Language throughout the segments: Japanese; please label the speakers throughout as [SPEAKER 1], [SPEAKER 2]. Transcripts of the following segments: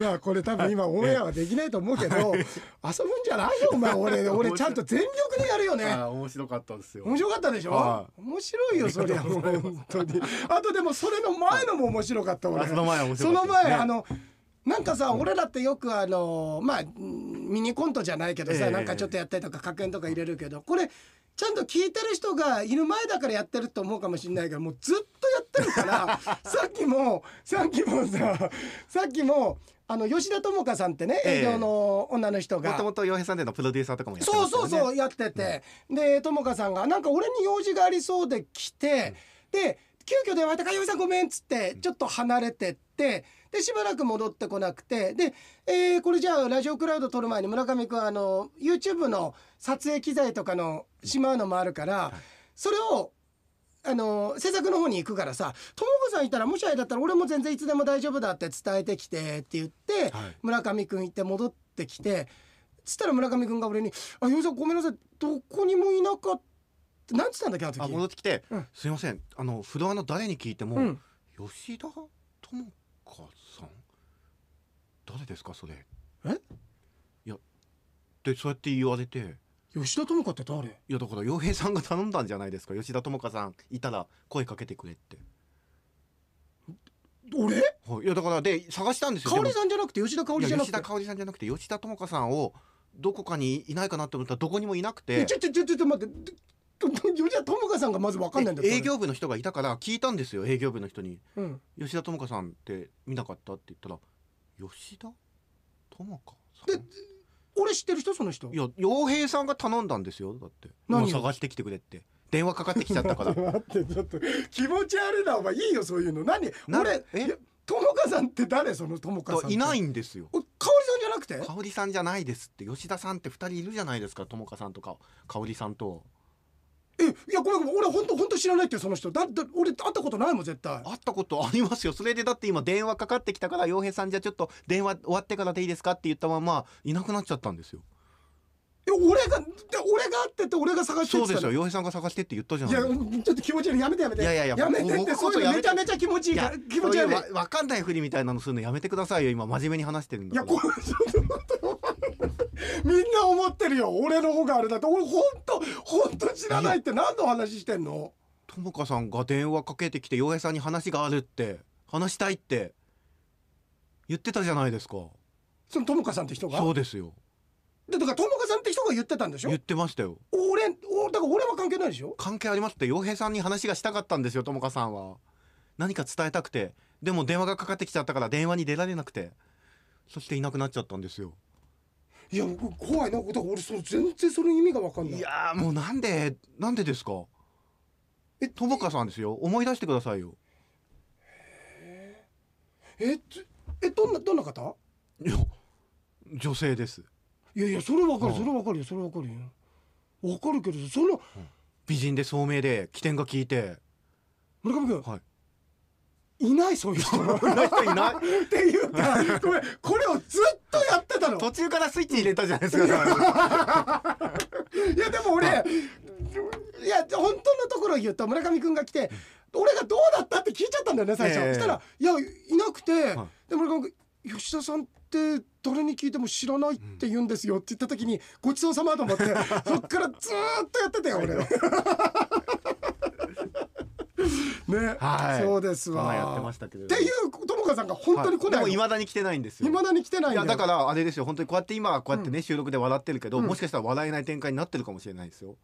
[SPEAKER 1] まあこれ多分今オンエアはできないと思うけど、遊ぶんじゃないよお前 俺俺ちゃんと全力でやるよね
[SPEAKER 2] ああ面白かったですよ
[SPEAKER 1] 面白かったでしょ、
[SPEAKER 2] は
[SPEAKER 1] 面白いよそりゃもう本当にあとでもそれの前のも面白かった俺
[SPEAKER 2] あその前は面
[SPEAKER 1] そ
[SPEAKER 2] 白
[SPEAKER 1] の
[SPEAKER 2] かったですね
[SPEAKER 1] 前、あのなんかさ、俺らってよくあのまあうんミニコントじゃないけどさ、
[SPEAKER 2] ええ
[SPEAKER 1] なんかちょっとやったりとか格言とか入れるけどこれちゃんと聞いてる人がいる前だからやってると思うかもしれないけどもうずっとやってるから さっきもさっきもささっきもあの吉田友香さんってね
[SPEAKER 2] ええ
[SPEAKER 1] 営業の女の人が、
[SPEAKER 2] もともと洋平さんでのプロデューサーとかもやって
[SPEAKER 1] そ
[SPEAKER 2] ま
[SPEAKER 1] う
[SPEAKER 2] すよ
[SPEAKER 1] そう
[SPEAKER 2] ね
[SPEAKER 1] そうやってて、でともかさんがなんか俺に用事がありそうで来て、で急遽電話で「かさんごめん」っつってちょっと離れてってでしばらく戻ってこなくてで、えーこれじゃあラジオクラウド撮る前に村上君あの YouTube の撮影機材とかのしまうのもあるから、それをあの制作の方に行くからさ「ともこさんいたらもしあれだったら俺も全然いつでも大丈夫だ」って伝えてきてって言って、
[SPEAKER 2] はい
[SPEAKER 1] 村上君行って戻ってきてつったら村上君が俺に「あようさんごめんなさいどこにもいなかった」なんつったんだっけあの時
[SPEAKER 2] あ戻ってきて、
[SPEAKER 1] うん
[SPEAKER 2] すいませんあのフロアの誰に聞いても、
[SPEAKER 1] うん
[SPEAKER 2] 吉田智香さん誰ですかそれ
[SPEAKER 1] え
[SPEAKER 2] いやでそうやって言われて
[SPEAKER 1] 吉田友香って誰
[SPEAKER 2] いやだから洋平さんが頼んだんじゃないですか吉田智香さんいたら声かけてくれって、
[SPEAKER 1] 俺
[SPEAKER 2] はい、いやだからで探したんですよ
[SPEAKER 1] 香
[SPEAKER 2] で
[SPEAKER 1] 織
[SPEAKER 2] も
[SPEAKER 1] さんじゃなくて吉田香織
[SPEAKER 2] い
[SPEAKER 1] じゃ
[SPEAKER 2] や
[SPEAKER 1] なく
[SPEAKER 2] 吉
[SPEAKER 1] て
[SPEAKER 2] 田香織さんじゃなくて吉田智香さんをどこかにいないかなって思ったらどこにもいなくて
[SPEAKER 1] えちょちょちょちょ待ってどど吉田友香さんがまず分かんないんだっ
[SPEAKER 2] で
[SPEAKER 1] て
[SPEAKER 2] 営業部の人がいたから聞いたんですよ営業部の人に
[SPEAKER 1] うん
[SPEAKER 2] 「吉田智香さんって見なかった?」って言ったら「吉田智香
[SPEAKER 1] で
[SPEAKER 2] さん?」
[SPEAKER 1] 俺知ってる人その人
[SPEAKER 2] いや洋平さんが頼んだんですよだって「
[SPEAKER 1] 何
[SPEAKER 2] も
[SPEAKER 1] を
[SPEAKER 2] う探してきてくれ」って電話かかってきちゃっ たから
[SPEAKER 1] ちょっと待ってちょっと気持ち悪いなお前いいよそういうの何
[SPEAKER 2] な
[SPEAKER 1] 俺
[SPEAKER 2] え
[SPEAKER 1] いや友香さんって誰その友香さんって
[SPEAKER 2] いない
[SPEAKER 1] い
[SPEAKER 2] んですよ
[SPEAKER 1] 香織さんじゃなくて
[SPEAKER 2] 香織さんじゃないですって吉田さんって二人いるじゃないですか友香さんとか香織さんと
[SPEAKER 1] えいやごめんごめん俺本当本当知らないってよその人だって俺会ったことないもん絶対
[SPEAKER 2] 会ったことありますよそれでだって今電話かかってきたから洋平さんじゃちょっと電話終わってからでいいですかって言ったままいなくなっちゃったんですよ
[SPEAKER 1] え俺がで俺が会ってって俺が探して
[SPEAKER 2] そ
[SPEAKER 1] っ
[SPEAKER 2] う
[SPEAKER 1] て
[SPEAKER 2] ですよ
[SPEAKER 1] よ
[SPEAKER 2] 洋平さんが探してって言ったじゃ
[SPEAKER 1] い
[SPEAKER 2] ない
[SPEAKER 1] や
[SPEAKER 2] ですか
[SPEAKER 1] ちょっと気持ち悪いやめてやめて
[SPEAKER 2] いやいやいや
[SPEAKER 1] めてっ
[SPEAKER 2] 僕
[SPEAKER 1] て
[SPEAKER 2] 僕
[SPEAKER 1] そういう
[SPEAKER 2] こ
[SPEAKER 1] の
[SPEAKER 2] そ
[SPEAKER 1] めちゃめちゃ気持ちいいから気持ち
[SPEAKER 2] そう
[SPEAKER 1] 悪
[SPEAKER 2] い
[SPEAKER 1] いう
[SPEAKER 2] わわかんないふりみたいなのするのやめてくださいよ今真面目に話してるん
[SPEAKER 1] い
[SPEAKER 2] だ
[SPEAKER 1] や
[SPEAKER 2] から
[SPEAKER 1] これちょっと待ってみんな思ってるよ俺の方があれだって俺本当本当知らないって何の話してんの
[SPEAKER 2] ともかさんが電話かけてきて洋平さんに話があるって話したいって言ってたじゃないですか
[SPEAKER 1] その友香さんって人が
[SPEAKER 2] そうですよ
[SPEAKER 1] でだから友香さんって人が言ってたんでしょ
[SPEAKER 2] 言ってましたよ
[SPEAKER 1] 俺おだから俺は関係ないでしょ
[SPEAKER 2] 関係ありますって洋平さんに話がしたかったんですよともかさんは何か伝えたくてでも電話がかかってきちゃったから電話に出られなくてそしていなくなっちゃったんですよ
[SPEAKER 1] いや僕怖いなだから俺その全然その意味が分かんない
[SPEAKER 2] いやーもうなんでなんでですか
[SPEAKER 1] え
[SPEAKER 2] ともかさんですよ思い出してくださいよ
[SPEAKER 1] えつえどんなどんな方
[SPEAKER 2] いや女性です
[SPEAKER 1] いやいやそれ分かる
[SPEAKER 2] うん
[SPEAKER 1] それ分かるよそれ分かるよ分かるけどその
[SPEAKER 2] 美人で聡明で起点が効いて
[SPEAKER 1] 村上君、、
[SPEAKER 2] はい
[SPEAKER 1] ないそう いう人っ
[SPEAKER 2] こんな人 いない
[SPEAKER 1] ていうかごめんこれをずっとやってたの
[SPEAKER 2] 途中からスイッチ入れたじゃないですか
[SPEAKER 1] いやでも俺いや本当のところを言うと村上君が来て俺がどうだったって聞いちゃったんだよね最初、
[SPEAKER 2] ええ
[SPEAKER 1] そしたら「いやいなくて、
[SPEAKER 2] は
[SPEAKER 1] で村上君吉田さんって誰に聞いても知らないって言うんですよ」って言った時に「ごちそうさま」と思って そっからずーっとやってたよ俺。 ね、
[SPEAKER 2] はい
[SPEAKER 1] そうですわ。
[SPEAKER 2] そんなやってましたけれど
[SPEAKER 1] っていうともかさんが本当に来
[SPEAKER 2] で
[SPEAKER 1] ない
[SPEAKER 2] も
[SPEAKER 1] の。
[SPEAKER 2] いまだに来てないんですよ
[SPEAKER 1] いまだに来てないん
[SPEAKER 2] い
[SPEAKER 1] だよ
[SPEAKER 2] やだからあれですよ本当にこうやって今こうやってね、収録で笑ってるけど、
[SPEAKER 1] うん
[SPEAKER 2] もしかしたら笑えない展開になってるかもしれないですよ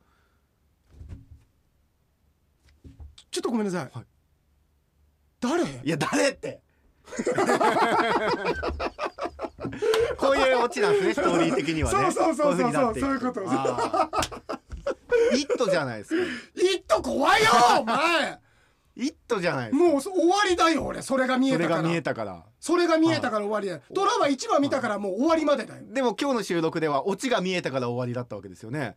[SPEAKER 1] ちょっとごめんなさい。
[SPEAKER 2] はい
[SPEAKER 1] 誰
[SPEAKER 2] いや誰ってこういうオチなんですねストーリー的にはね
[SPEAKER 1] そうそうそうそうそう
[SPEAKER 2] こい風になってく
[SPEAKER 1] そういうこと
[SPEAKER 2] あ ーイットじゃないですか
[SPEAKER 1] 一途怖い よお前
[SPEAKER 2] イットじゃないですか
[SPEAKER 1] もうそ終わりだよ俺それが見え
[SPEAKER 2] それ
[SPEAKER 1] た
[SPEAKER 2] が
[SPEAKER 1] から
[SPEAKER 2] 見えたから
[SPEAKER 1] それが見えたから終わりだよドラマ1話見たからもう終わりまでだよ、
[SPEAKER 2] でも今日の収録ではオチが見えたから終わりだったわけですよね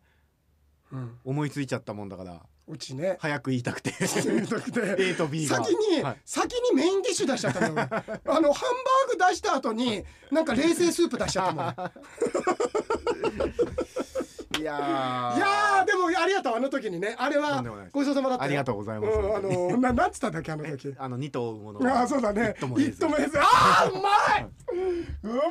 [SPEAKER 1] うん、
[SPEAKER 2] 思いついちゃったもんだから
[SPEAKER 1] うち ね
[SPEAKER 2] 早く言いたくて
[SPEAKER 1] A
[SPEAKER 2] A と B が
[SPEAKER 1] 先に、
[SPEAKER 2] はい
[SPEAKER 1] 先にメインディッシュ出しちゃったのよ俺 あのハンバーグ出した後になんか冷製スープ出しちゃったもんい
[SPEAKER 2] いやー
[SPEAKER 1] やーでもありがとうあの時にねあれ
[SPEAKER 2] と
[SPEAKER 1] は
[SPEAKER 2] んでもないです
[SPEAKER 1] ごちそうさまだったよ
[SPEAKER 2] ありがとうございます
[SPEAKER 1] んあのななんつったんだっけあの時
[SPEAKER 2] あの二頭を追うもの
[SPEAKER 1] ああそうだね。
[SPEAKER 2] 一頭も
[SPEAKER 1] イットもエース。ああうまい。う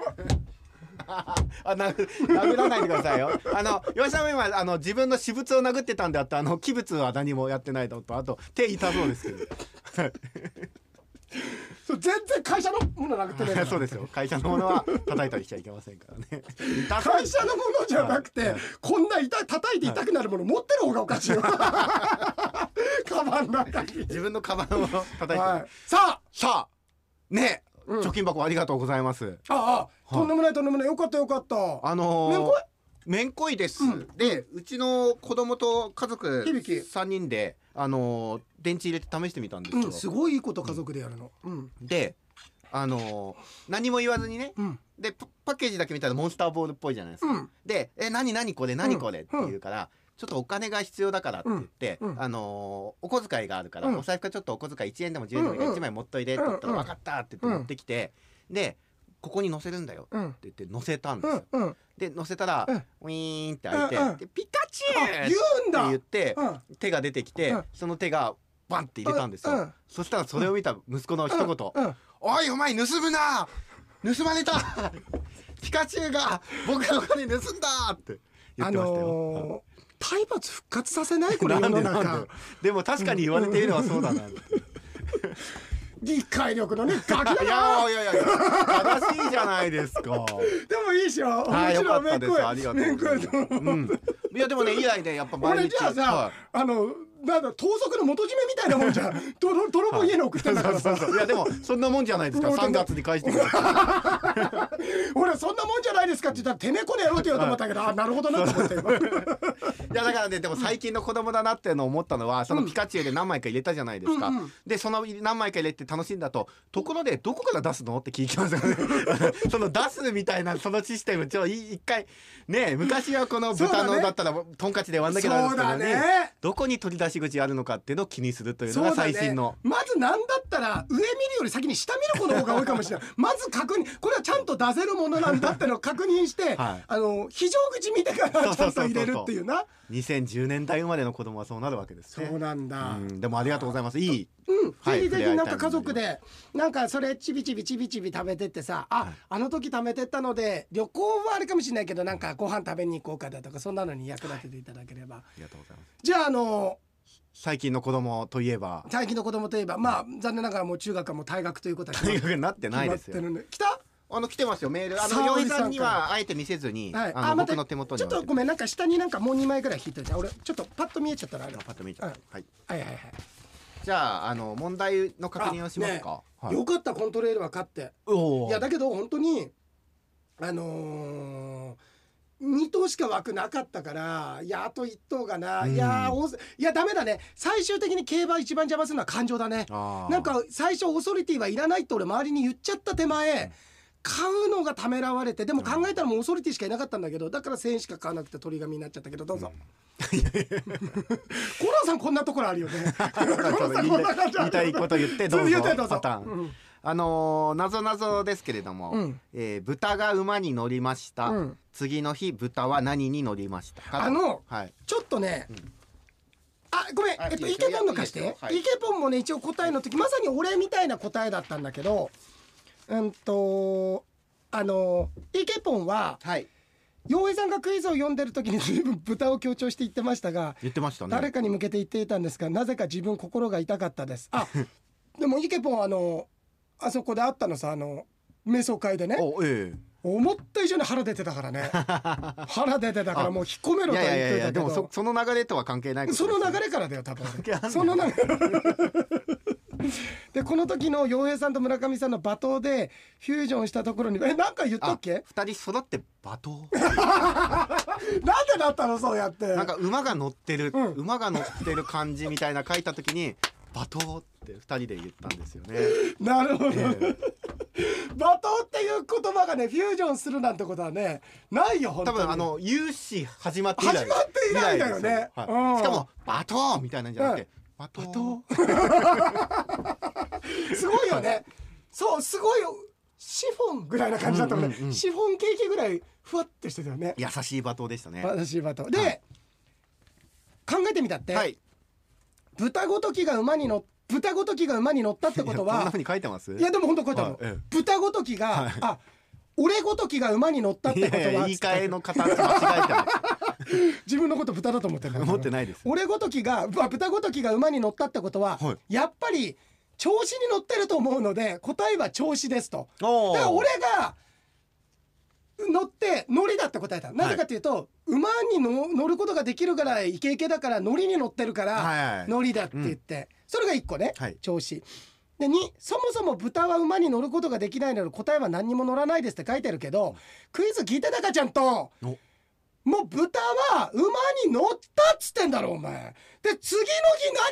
[SPEAKER 2] あ殴殴らないでくださいよ。あの岩井さんは今あの自分の私物を殴ってたんであってあの器物は何もやってないのとあと手痛そうです けど。
[SPEAKER 1] そう全然会社のものなくてね
[SPEAKER 2] そうですよ。会社のものは叩いたりしちゃいけませんから ね。痛そう
[SPEAKER 1] 会社のものじゃなくて、こんな痛い叩いて痛くなるもの持ってる方がおかしいよ カバンの中に、
[SPEAKER 2] 自分のカバンを叩いてる。
[SPEAKER 1] はい、さあ
[SPEAKER 2] さあね、
[SPEAKER 1] うん
[SPEAKER 2] 貯金箱ありがとうございます。
[SPEAKER 1] ああとんでもないとんでもないよかったよかった
[SPEAKER 2] あのー、
[SPEAKER 1] めんこい
[SPEAKER 2] めんこいです、
[SPEAKER 1] うん
[SPEAKER 2] でうちの子供と家族
[SPEAKER 1] 響
[SPEAKER 2] 3人で、あのー電池入れて試してみたんです
[SPEAKER 1] う
[SPEAKER 2] よ、
[SPEAKER 1] んすごいいいこと家族でやるのうん
[SPEAKER 2] であのー何も言わずにね
[SPEAKER 1] うん
[SPEAKER 2] でパパッケージだけ見たらモンスターボールっぽいじゃないですか、
[SPEAKER 1] うん
[SPEAKER 2] で「え何何これ何これ」って
[SPEAKER 1] うん
[SPEAKER 2] 言うから、ちょっとお金が必要だからって言って、
[SPEAKER 1] うんうん
[SPEAKER 2] あのーお小遣いがあるから、
[SPEAKER 1] うん
[SPEAKER 2] お財布からちょっとお小遣い1円でも10円でもいいから
[SPEAKER 1] うんうん
[SPEAKER 2] 1枚持っといでって言ったら「
[SPEAKER 1] うんうん
[SPEAKER 2] 分かった」って言って持ってきて、で「ここに載せるんだよ」って
[SPEAKER 1] うん
[SPEAKER 2] 言って載せたんです
[SPEAKER 1] う
[SPEAKER 2] よ。
[SPEAKER 1] んうん
[SPEAKER 2] で乗せたら、
[SPEAKER 1] うん
[SPEAKER 2] ウィーンって開いて、
[SPEAKER 1] うんうん
[SPEAKER 2] でピカチ
[SPEAKER 1] あ
[SPEAKER 2] ュウ
[SPEAKER 1] 言うんだ
[SPEAKER 2] って言って、
[SPEAKER 1] うん
[SPEAKER 2] 手が出てきて、
[SPEAKER 1] うん
[SPEAKER 2] その手がバンって入れたんですよ、
[SPEAKER 1] うんうん
[SPEAKER 2] そしたらそれを見た息子の一言「
[SPEAKER 1] うんうん
[SPEAKER 2] おいお前盗むな盗まれたピカチュウが僕のお金盗んだ!」って言
[SPEAKER 1] あ
[SPEAKER 2] ってましたよ。
[SPEAKER 1] のー体罰復活させないこれ世
[SPEAKER 2] なん
[SPEAKER 1] の
[SPEAKER 2] でなんで
[SPEAKER 1] 中
[SPEAKER 2] でも確かに言われているのはそうだなって
[SPEAKER 1] 理解力のねガキだ
[SPEAKER 2] い
[SPEAKER 1] な
[SPEAKER 2] やいやいやいや正しいじゃないですか
[SPEAKER 1] でもいいでしょ
[SPEAKER 2] はい
[SPEAKER 1] 面
[SPEAKER 2] よか
[SPEAKER 1] 白
[SPEAKER 2] っ
[SPEAKER 1] め
[SPEAKER 2] た
[SPEAKER 1] ん
[SPEAKER 2] で
[SPEAKER 1] こい
[SPEAKER 2] すありがと
[SPEAKER 1] め
[SPEAKER 2] うん
[SPEAKER 1] こ
[SPEAKER 2] ござい
[SPEAKER 1] い
[SPEAKER 2] ます
[SPEAKER 1] と思う
[SPEAKER 2] うんいやでもね以来ねやっぱ毎
[SPEAKER 1] 俺
[SPEAKER 2] 日
[SPEAKER 1] じゃあさ、
[SPEAKER 2] はい
[SPEAKER 1] あのなんだ盗賊の元締めみたいなもんじゃん 泥泥棒家に送ってんだからさ
[SPEAKER 2] そうそういやでもそんなもんじゃないですか
[SPEAKER 1] 本当
[SPEAKER 2] 3
[SPEAKER 1] だ
[SPEAKER 2] 月に返してください
[SPEAKER 1] 俺そんなもんじゃないですかって言ったらてめえこの野郎って言おうと思ったけど、あなるほどなと思 って
[SPEAKER 2] いやだからねでも最近の子供だなっていうのを思ったのはそのピカチュウで何枚か入れたじゃないですか、
[SPEAKER 1] うんうん
[SPEAKER 2] でその何枚か入れて楽しんだとところでどこから出すのって聞いてましたからね その出すみたいなそのシステムちょい一回ね昔はこの豚
[SPEAKER 1] そうだ
[SPEAKER 2] の
[SPEAKER 1] ね
[SPEAKER 2] だったらトンカチで割んなきゃダメですけどね
[SPEAKER 1] そうだね
[SPEAKER 2] どこに取り出し口あるのかっていうのを気にするというの
[SPEAKER 1] そう
[SPEAKER 2] が
[SPEAKER 1] だね
[SPEAKER 2] 最新の。
[SPEAKER 1] まずなんだったら上見るより先に下見る子の方が多いかもしれない まず確認これはちゃんと出せるものなんだってのを確認して、
[SPEAKER 2] はい
[SPEAKER 1] あの非常口見てか
[SPEAKER 2] そ
[SPEAKER 1] らち
[SPEAKER 2] うそ
[SPEAKER 1] ゃ
[SPEAKER 2] うん
[SPEAKER 1] と
[SPEAKER 2] そうそうそう
[SPEAKER 1] 入れるっていうな
[SPEAKER 2] 2010年代生まれの子供はそうなるわけです
[SPEAKER 1] そ
[SPEAKER 2] ね
[SPEAKER 1] うなんだ、
[SPEAKER 2] うんでもありがとうございますいい
[SPEAKER 1] うん、
[SPEAKER 2] はい
[SPEAKER 1] ぜひぜ
[SPEAKER 2] 触れ合
[SPEAKER 1] ひ
[SPEAKER 2] い
[SPEAKER 1] な
[SPEAKER 2] た
[SPEAKER 1] いんか家族でなんかそれちびちびちびちび食べてってさあ、
[SPEAKER 2] はい
[SPEAKER 1] あの時食べてったので旅行はあれかもしれないけどなんかご飯食べに行こうかだとかそんなのに役立てていただければ、
[SPEAKER 2] ありがとうございます
[SPEAKER 1] じゃああの
[SPEAKER 2] 最近の子供とい えば
[SPEAKER 1] 最近の子供といえばまあ残念ながらもう中学はもう退学ということは決ま
[SPEAKER 2] 大学になってないです
[SPEAKER 1] 決ま
[SPEAKER 2] よ
[SPEAKER 1] ってるんで来た
[SPEAKER 2] あの来てますよメールあ
[SPEAKER 1] 沙
[SPEAKER 2] の
[SPEAKER 1] 織
[SPEAKER 2] 洋
[SPEAKER 1] さん
[SPEAKER 2] 井さんにはあえて見せずに、
[SPEAKER 1] はい、
[SPEAKER 2] あの
[SPEAKER 1] 待っ
[SPEAKER 2] 僕
[SPEAKER 1] て
[SPEAKER 2] の手元に
[SPEAKER 1] ちょっとごめんなんか下になんかもう2枚ぐらい引いてるじゃん俺ちょっとパッと見えちゃったらあれ
[SPEAKER 2] あパッと見ちゃった、はい、
[SPEAKER 1] はいはいはい
[SPEAKER 2] じゃああの問題の確認をしますか、
[SPEAKER 1] あ
[SPEAKER 2] は
[SPEAKER 1] ね
[SPEAKER 2] い、
[SPEAKER 1] よかったコントレール分かって
[SPEAKER 2] お
[SPEAKER 1] いやだけど本当にあのー、2頭しか枠なかったからいやあと1頭がな、
[SPEAKER 2] うん
[SPEAKER 1] いやーおずいやダメだね最終的に競馬一番邪魔するのは感情だね
[SPEAKER 2] あー
[SPEAKER 1] なんか最初オソリティはいらないって俺周りに言っちゃった手前、
[SPEAKER 2] うん
[SPEAKER 1] 買うのがためらわれてでも考えたらもうオソリティしかいなかったんだけどだから1000円しか買わなくて鳥紙になっちゃったけどどうぞ、 コロンさんこんなところあるよ ねコロンさんこんな感じあ
[SPEAKER 2] 言いた
[SPEAKER 1] る
[SPEAKER 2] い
[SPEAKER 1] よね
[SPEAKER 2] こと言っ てどう
[SPEAKER 1] 言
[SPEAKER 2] ぞ
[SPEAKER 1] ってどうぞ
[SPEAKER 2] パターン、
[SPEAKER 1] うん
[SPEAKER 2] あのー、謎謎ですけれども、
[SPEAKER 1] うん
[SPEAKER 2] えー豚が馬に乗りました、
[SPEAKER 1] うん
[SPEAKER 2] 次の日豚は何に乗りましたか
[SPEAKER 1] あの
[SPEAKER 2] はい
[SPEAKER 1] ちょっとね、あごめん、
[SPEAKER 2] あ
[SPEAKER 1] えっと、
[SPEAKER 2] いい
[SPEAKER 1] イ
[SPEAKER 2] ですよ
[SPEAKER 1] ケポンの貸し
[SPEAKER 2] いいで
[SPEAKER 1] て
[SPEAKER 2] すよはい
[SPEAKER 1] イケポンもね一応答えの時まさに俺みたいな答えだったんだけどうんとあのイケポンは
[SPEAKER 2] はい
[SPEAKER 1] 洋平さんがクイズを読んでる時に随分豚を強調して言ってましたが
[SPEAKER 2] 言ってましたね
[SPEAKER 1] 誰かに向けて言っていたんですがなぜか自分心が痛かったですあでもイケポンはあのあそこで会ったのさあの瞑想会でね
[SPEAKER 2] おえ
[SPEAKER 1] 思った以上に腹出てたから ね腹出てたからもう引っ込めろ
[SPEAKER 2] えい
[SPEAKER 1] とは言っ
[SPEAKER 2] やい
[SPEAKER 1] と
[SPEAKER 2] やいや
[SPEAKER 1] い
[SPEAKER 2] いや
[SPEAKER 1] たけ
[SPEAKER 2] でもそ
[SPEAKER 1] ど
[SPEAKER 2] その流れとは関係ないこと
[SPEAKER 1] そ
[SPEAKER 2] ですね
[SPEAKER 1] の流れからだよ多分
[SPEAKER 2] 係あんの
[SPEAKER 1] その流れ でこの時の洋平さんと村上さんの罵倒でフュージョンしたところにえなんか言った
[SPEAKER 2] あ
[SPEAKER 1] っけ
[SPEAKER 2] 二人育って罵倒
[SPEAKER 1] なんでだったのそうやって
[SPEAKER 2] なんか馬が乗ってる、
[SPEAKER 1] うん
[SPEAKER 2] 馬が乗ってる感じみたいな書いた時に罵倒って二人で言ったんですよね。
[SPEAKER 1] なるほど、
[SPEAKER 2] ええ
[SPEAKER 1] 罵倒っていう言葉がねフュージョンするなんてことはねないよ本当
[SPEAKER 2] 多
[SPEAKER 1] に
[SPEAKER 2] 分あの有志始まって以来
[SPEAKER 1] 始まって以来だよね
[SPEAKER 2] 以来ですはい
[SPEAKER 1] うん
[SPEAKER 2] しかも罵倒みたいなんじゃなくて、罵倒
[SPEAKER 1] 罵すごいよねそうすごいよシフォンぐらいな感じだったもんね、
[SPEAKER 2] うんうんうん
[SPEAKER 1] シフォンケーキぐらいふわってしてたよね
[SPEAKER 2] 優しい罵倒でしたね。は
[SPEAKER 1] 私バトで、考えてみたって、
[SPEAKER 2] い。
[SPEAKER 1] 豚ごときが馬に乗っ豚ごときが馬に乗ったってこと
[SPEAKER 2] いやこんな
[SPEAKER 1] は
[SPEAKER 2] 風に書いてます？
[SPEAKER 1] いやでも本当こうやったの、
[SPEAKER 2] はいええ
[SPEAKER 1] 豚ごときが、
[SPEAKER 2] はい
[SPEAKER 1] あ俺ごときが馬に乗ったってこと
[SPEAKER 2] いやいや
[SPEAKER 1] は
[SPEAKER 2] 言い換えの形間違えた
[SPEAKER 1] 自分のこと豚だと思ってる
[SPEAKER 2] 思ってないです
[SPEAKER 1] 俺ごときがあ豚ごときが馬に乗ったってことは、
[SPEAKER 2] は
[SPEAKER 1] やっぱり調子に乗ってると思うので答えは調子ですとだ
[SPEAKER 2] お
[SPEAKER 1] から
[SPEAKER 2] ー
[SPEAKER 1] 俺が乗って乗りだって答えたなぜかというと、馬にの乗ることができるからイケイケだから乗りに乗ってるから、
[SPEAKER 2] はいはい
[SPEAKER 1] 乗りだって言って、それが1個ね、
[SPEAKER 2] はい
[SPEAKER 1] 調子で2そもそも豚は馬に乗ることができないので答えは何にも乗らないですって書いてるけどクイズ聞いてたかちゃんと
[SPEAKER 2] お
[SPEAKER 1] もう豚は馬に乗ったっつってんだろお前で次の日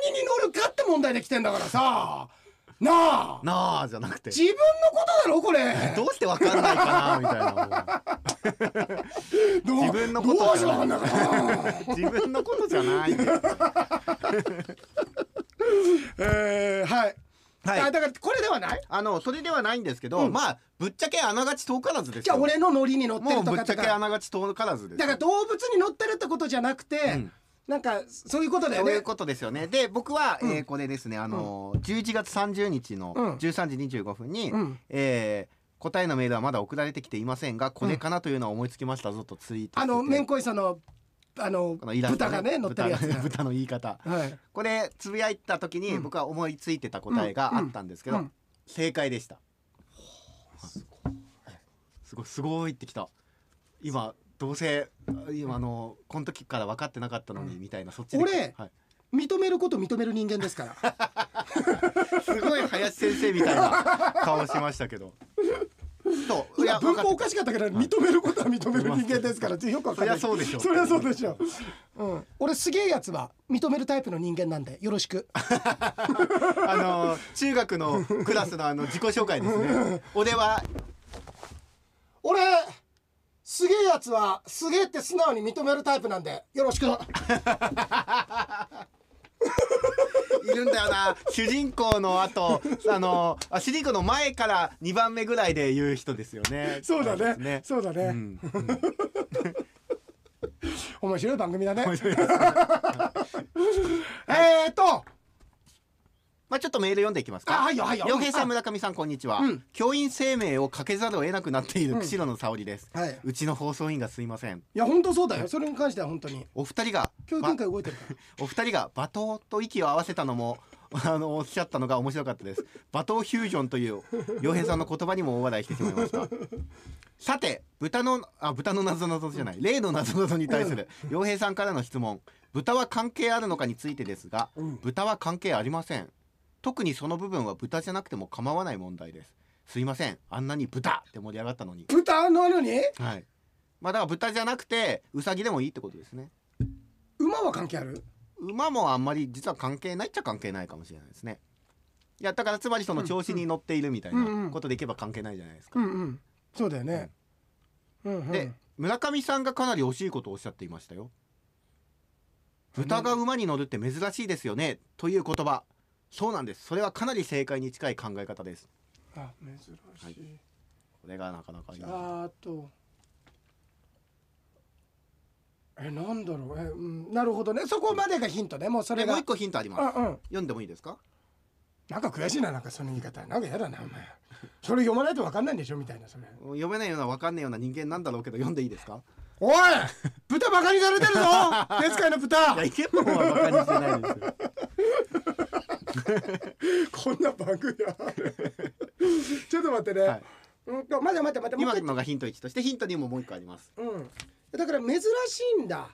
[SPEAKER 1] 何に乗るかって問題できてんだから さなあ
[SPEAKER 2] なあじゃなくて
[SPEAKER 1] 自分のことだろこれ
[SPEAKER 2] どうしてわかんないかなみたいな
[SPEAKER 1] どう
[SPEAKER 2] 自分のこと
[SPEAKER 1] どうし
[SPEAKER 2] じ
[SPEAKER 1] よう
[SPEAKER 2] ゃ
[SPEAKER 1] か
[SPEAKER 2] ない
[SPEAKER 1] な か
[SPEAKER 2] 自分のことじゃないんだよ
[SPEAKER 1] えー、はい、
[SPEAKER 2] はい
[SPEAKER 1] あだからこれではない
[SPEAKER 2] あのそれではないんですけど、
[SPEAKER 1] うん
[SPEAKER 2] まあぶっちゃけあながち遠からずですよ
[SPEAKER 1] じゃあ俺のノリに乗って
[SPEAKER 2] も
[SPEAKER 1] る
[SPEAKER 2] う
[SPEAKER 1] と
[SPEAKER 2] ぶ
[SPEAKER 1] か
[SPEAKER 2] っちゃ
[SPEAKER 1] と
[SPEAKER 2] けあ
[SPEAKER 1] か
[SPEAKER 2] ながち遠からずです
[SPEAKER 1] だから動物に乗ってるってことじゃなくて、
[SPEAKER 2] うん
[SPEAKER 1] なんかそういうことだよ
[SPEAKER 2] そう
[SPEAKER 1] ね
[SPEAKER 2] いうことですよねで僕は、
[SPEAKER 1] うん
[SPEAKER 2] えーこれですねあのー、11月30日の
[SPEAKER 1] うん
[SPEAKER 2] 13時25分に、
[SPEAKER 1] うん
[SPEAKER 2] えー答えのメールはまだ送られてきていませんがこれかなというのは思いつきましたぞとツイート
[SPEAKER 1] あの
[SPEAKER 2] して
[SPEAKER 1] め
[SPEAKER 2] て
[SPEAKER 1] んこいさんのあの
[SPEAKER 2] このイラスト
[SPEAKER 1] 豚がね乗ってるやつ
[SPEAKER 2] 豚豚の言い方
[SPEAKER 1] はい
[SPEAKER 2] これつぶやいた時に
[SPEAKER 1] うん
[SPEAKER 2] 僕は思いついてた答えがあったんですけど、
[SPEAKER 1] うん
[SPEAKER 2] 正解でした、はいすごいすごいってきた今どうせ今あのこの時から分かってなかったのにみたいなそっちで
[SPEAKER 1] 俺
[SPEAKER 2] はい、
[SPEAKER 1] 認めること認める人間です から
[SPEAKER 2] すごい林先生みたいな顔しましたけど そうい
[SPEAKER 1] 今
[SPEAKER 2] や
[SPEAKER 1] 文
[SPEAKER 2] 分かっ
[SPEAKER 1] 法おかしかったから認めることは認める人間ですからよくわ
[SPEAKER 2] た
[SPEAKER 1] か
[SPEAKER 2] そ
[SPEAKER 1] ん
[SPEAKER 2] り
[SPEAKER 1] ない
[SPEAKER 2] ゃそうでしょ
[SPEAKER 1] そりゃそうでしょ、うん、俺すげえやつは認めるタイプの人間なんでよろしく
[SPEAKER 2] あの中学のクラスのあの自己紹介です ね俺は
[SPEAKER 1] 俺すげえやつはすげえって素直に認めるタイプなんでよろしく
[SPEAKER 2] いるんだよな主人公の後あのあ主人公の前から2番目ぐらいで言う人ですよね
[SPEAKER 1] そうだ
[SPEAKER 2] で
[SPEAKER 1] ね
[SPEAKER 2] すね
[SPEAKER 1] そうだね、
[SPEAKER 2] うんうん
[SPEAKER 1] 面白い番組だね
[SPEAKER 2] 面白いです
[SPEAKER 1] えーと
[SPEAKER 2] まあちょっとメール読んでいきます
[SPEAKER 1] あ
[SPEAKER 2] か
[SPEAKER 1] はいよはいよ
[SPEAKER 2] 洋平さん
[SPEAKER 1] あ
[SPEAKER 2] 村上さんこんにちは、
[SPEAKER 1] うん
[SPEAKER 2] 教員生命をかけざるを得なくなっている釧路の沙織です、
[SPEAKER 1] はいう
[SPEAKER 2] ちの放送委員がすいません
[SPEAKER 1] いや本当そうだよそれに関しては本当に
[SPEAKER 2] お二人が
[SPEAKER 1] 教育委員会動いてるから
[SPEAKER 2] お二人が罵倒と息を合わせたのも あのおっしゃったのが面白かったです罵倒フュージョンという洋平さんの言葉にも大笑いしてしまいましたさて豚のあ豚の謎謎じゃない例の謎謎に対する洋平さんからの質問豚は関係あるのかについてですが
[SPEAKER 1] うん
[SPEAKER 2] 豚は関係ありません特にその部分は豚じゃなくても構わない問題ですすいませんあんなに豚って盛り上がったのに
[SPEAKER 1] 豚なのに
[SPEAKER 2] はいまあだから豚じゃなくてウサギでもいいってことですね
[SPEAKER 1] 馬は関係ある
[SPEAKER 2] 馬もあんまり実は関係ないっちゃ関係ないかもしれないですね。いやだからつまりその調子に乗っているみたい
[SPEAKER 1] うんう
[SPEAKER 2] なんことでいけば関係ないじゃないですか。
[SPEAKER 1] うんうんそうだよねうんうん
[SPEAKER 2] で村上さんがかなり惜しいことをおっしゃっていましたよ。豚が馬に乗るって珍しいですよねという言葉。そうなんです。それはかなり正解に近い考え方です。
[SPEAKER 1] あ珍しい
[SPEAKER 2] これがなかなかいい。
[SPEAKER 1] あとえなんだろうえうんなるほどねそこまでがヒントねもうそれ
[SPEAKER 2] でもう
[SPEAKER 1] が
[SPEAKER 2] 一個ヒントあります。
[SPEAKER 1] あうん
[SPEAKER 2] 読んでもいいですか？
[SPEAKER 1] なんか悔しいななんかその言い方なんかやだなお前それ読まないと分かんないんでしょみたいなそれ
[SPEAKER 2] 読めないようなわかんないような人間なんだろうけど読んでいいですか？
[SPEAKER 1] おい豚バカにされてる ぞですかの豚
[SPEAKER 2] いやいけばもはバカにしてない ですよ。
[SPEAKER 1] こんな番組あるちょっと待ってね、
[SPEAKER 2] はい
[SPEAKER 1] うんと待って待って待ってもう一
[SPEAKER 2] 今
[SPEAKER 1] 回
[SPEAKER 2] のがヒント1としてヒント2ももう一個あります。
[SPEAKER 1] うんだから珍しいんだ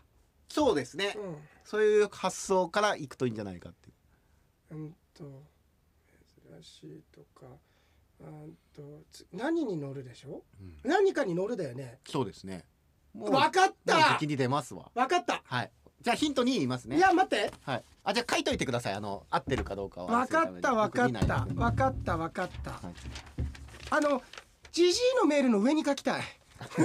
[SPEAKER 2] そうですね。
[SPEAKER 1] う
[SPEAKER 2] そういう発想からいくといいんじゃないかっていうん
[SPEAKER 1] うんと珍しいとかうんとつ何に乗るでしょ、何かに乗るだよね
[SPEAKER 2] そうですねもう
[SPEAKER 1] 分かっ
[SPEAKER 2] もう
[SPEAKER 1] た
[SPEAKER 2] 先に出ますわ
[SPEAKER 1] 分かった、
[SPEAKER 2] はいじゃあヒント2言いますね
[SPEAKER 1] いや待って
[SPEAKER 2] はいあじゃあ書いといてくださいあの合ってるかどうかは
[SPEAKER 1] 分かった分かった
[SPEAKER 2] 僕見ない
[SPEAKER 1] 分かった分かった、
[SPEAKER 2] い
[SPEAKER 1] あのジジイのメールの上に書きたい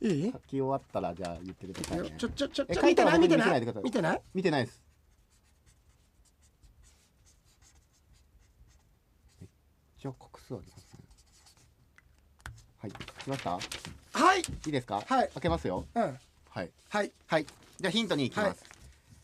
[SPEAKER 1] いい
[SPEAKER 2] 書き終わったらじゃあ言ってくださいね
[SPEAKER 1] ちょちょちょ
[SPEAKER 2] え
[SPEAKER 1] ちょ
[SPEAKER 2] 書い
[SPEAKER 1] 見
[SPEAKER 2] た
[SPEAKER 1] て
[SPEAKER 2] ら
[SPEAKER 1] ない見てない
[SPEAKER 2] 僕見てないでください
[SPEAKER 1] 見てない
[SPEAKER 2] 見てないですじゃあ画数ありますねはい来ました
[SPEAKER 1] はい
[SPEAKER 2] いいですか
[SPEAKER 1] はい
[SPEAKER 2] 開けますよ
[SPEAKER 1] うん
[SPEAKER 2] はい
[SPEAKER 1] はい
[SPEAKER 2] はいじゃあヒント2いきます、
[SPEAKER 1] はい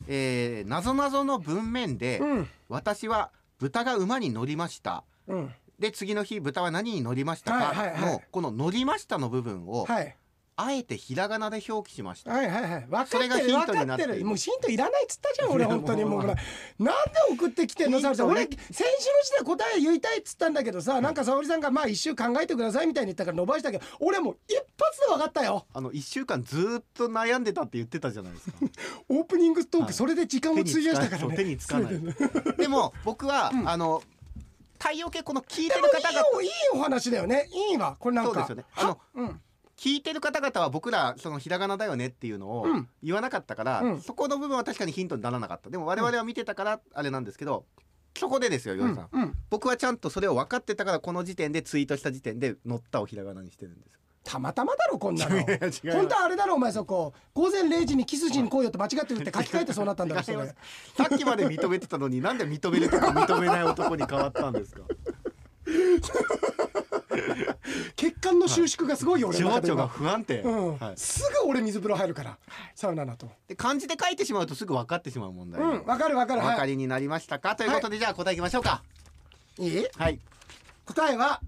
[SPEAKER 2] えー、なぞなぞの文面で、
[SPEAKER 1] うん
[SPEAKER 2] 私は豚が馬に乗りました
[SPEAKER 1] うん
[SPEAKER 2] で次の日豚は何に乗りましたかの、
[SPEAKER 1] はいはいはい
[SPEAKER 2] この乗りましたの部分を、
[SPEAKER 1] はい
[SPEAKER 2] あえてひらがなで表記しました。
[SPEAKER 1] はいはいはい分
[SPEAKER 2] それ
[SPEAKER 1] か
[SPEAKER 2] が
[SPEAKER 1] って
[SPEAKER 2] ヒ
[SPEAKER 1] る
[SPEAKER 2] ントに
[SPEAKER 1] 分
[SPEAKER 2] な
[SPEAKER 1] か
[SPEAKER 2] っ
[SPEAKER 1] って
[SPEAKER 2] い
[SPEAKER 1] て
[SPEAKER 2] る
[SPEAKER 1] るもうヒントいらないっつったじゃん俺
[SPEAKER 2] いや
[SPEAKER 1] 本当にもう
[SPEAKER 2] もう
[SPEAKER 1] これなんで送ってきてんの
[SPEAKER 2] ヒン
[SPEAKER 1] 沙
[SPEAKER 2] ト
[SPEAKER 1] 織さん俺
[SPEAKER 2] ね
[SPEAKER 1] 先週の時代答え言いたいっつったんだけどさなんか沙織さんがまあ一周考えてくださいみたいに言ったから伸ばしたけど俺もう一発で分かったよ
[SPEAKER 2] あの一週間ずーっと悩んでたって言ってたじゃな いですか。
[SPEAKER 1] オープニングトー
[SPEAKER 2] はい
[SPEAKER 1] クそれで時間を費やしたから
[SPEAKER 2] そう
[SPEAKER 1] ね
[SPEAKER 2] 手につかない。でも僕は、あの太陽系この聞い
[SPEAKER 1] で
[SPEAKER 2] て
[SPEAKER 1] も
[SPEAKER 2] る方々
[SPEAKER 1] いいよいいお話だよねいいわこれなんか
[SPEAKER 2] そうですよねあ
[SPEAKER 1] あ
[SPEAKER 2] の
[SPEAKER 1] のうん
[SPEAKER 2] 聞いてる方々は僕らそのひらがなだよねっていうのを
[SPEAKER 1] うん
[SPEAKER 2] 言わなかったから、
[SPEAKER 1] うん
[SPEAKER 2] そこの部分は確かにヒントにならなかった。でも我々は見てたからあれなんですけど、そこでですよ、ヨ
[SPEAKER 1] う
[SPEAKER 2] イさん
[SPEAKER 1] ん。うん
[SPEAKER 2] 僕はちゃんとそれを分かってたからこの時点でツイートした時点で乗ったをひらがなにしてるんですよ。
[SPEAKER 1] たまたまだろこんなの
[SPEAKER 2] いや違います
[SPEAKER 1] 本当はあれだろお前そこ午前0時にキス時に来いよって間違って打って書き換えてそうなったんだろそ
[SPEAKER 2] 違 いま
[SPEAKER 1] れ
[SPEAKER 2] すさっきまで認めてたのになんで認めるとか認めない男に変わったんですか
[SPEAKER 1] 血管の収縮がすごいよ俺
[SPEAKER 2] 情
[SPEAKER 1] の中で
[SPEAKER 2] 緒
[SPEAKER 1] 今
[SPEAKER 2] が不安定、
[SPEAKER 1] うん
[SPEAKER 2] はい、
[SPEAKER 1] すぐ俺水風呂入るからサウナだと
[SPEAKER 2] で漢字で書いてしまうとすぐ分かってしまう問題
[SPEAKER 1] う
[SPEAKER 2] なんで
[SPEAKER 1] んわかるわか
[SPEAKER 2] お
[SPEAKER 1] る
[SPEAKER 2] 分か
[SPEAKER 1] は
[SPEAKER 2] りになりましたか、ということで、じゃあ答えいきましょうか
[SPEAKER 1] いいい
[SPEAKER 2] はい
[SPEAKER 1] 答えは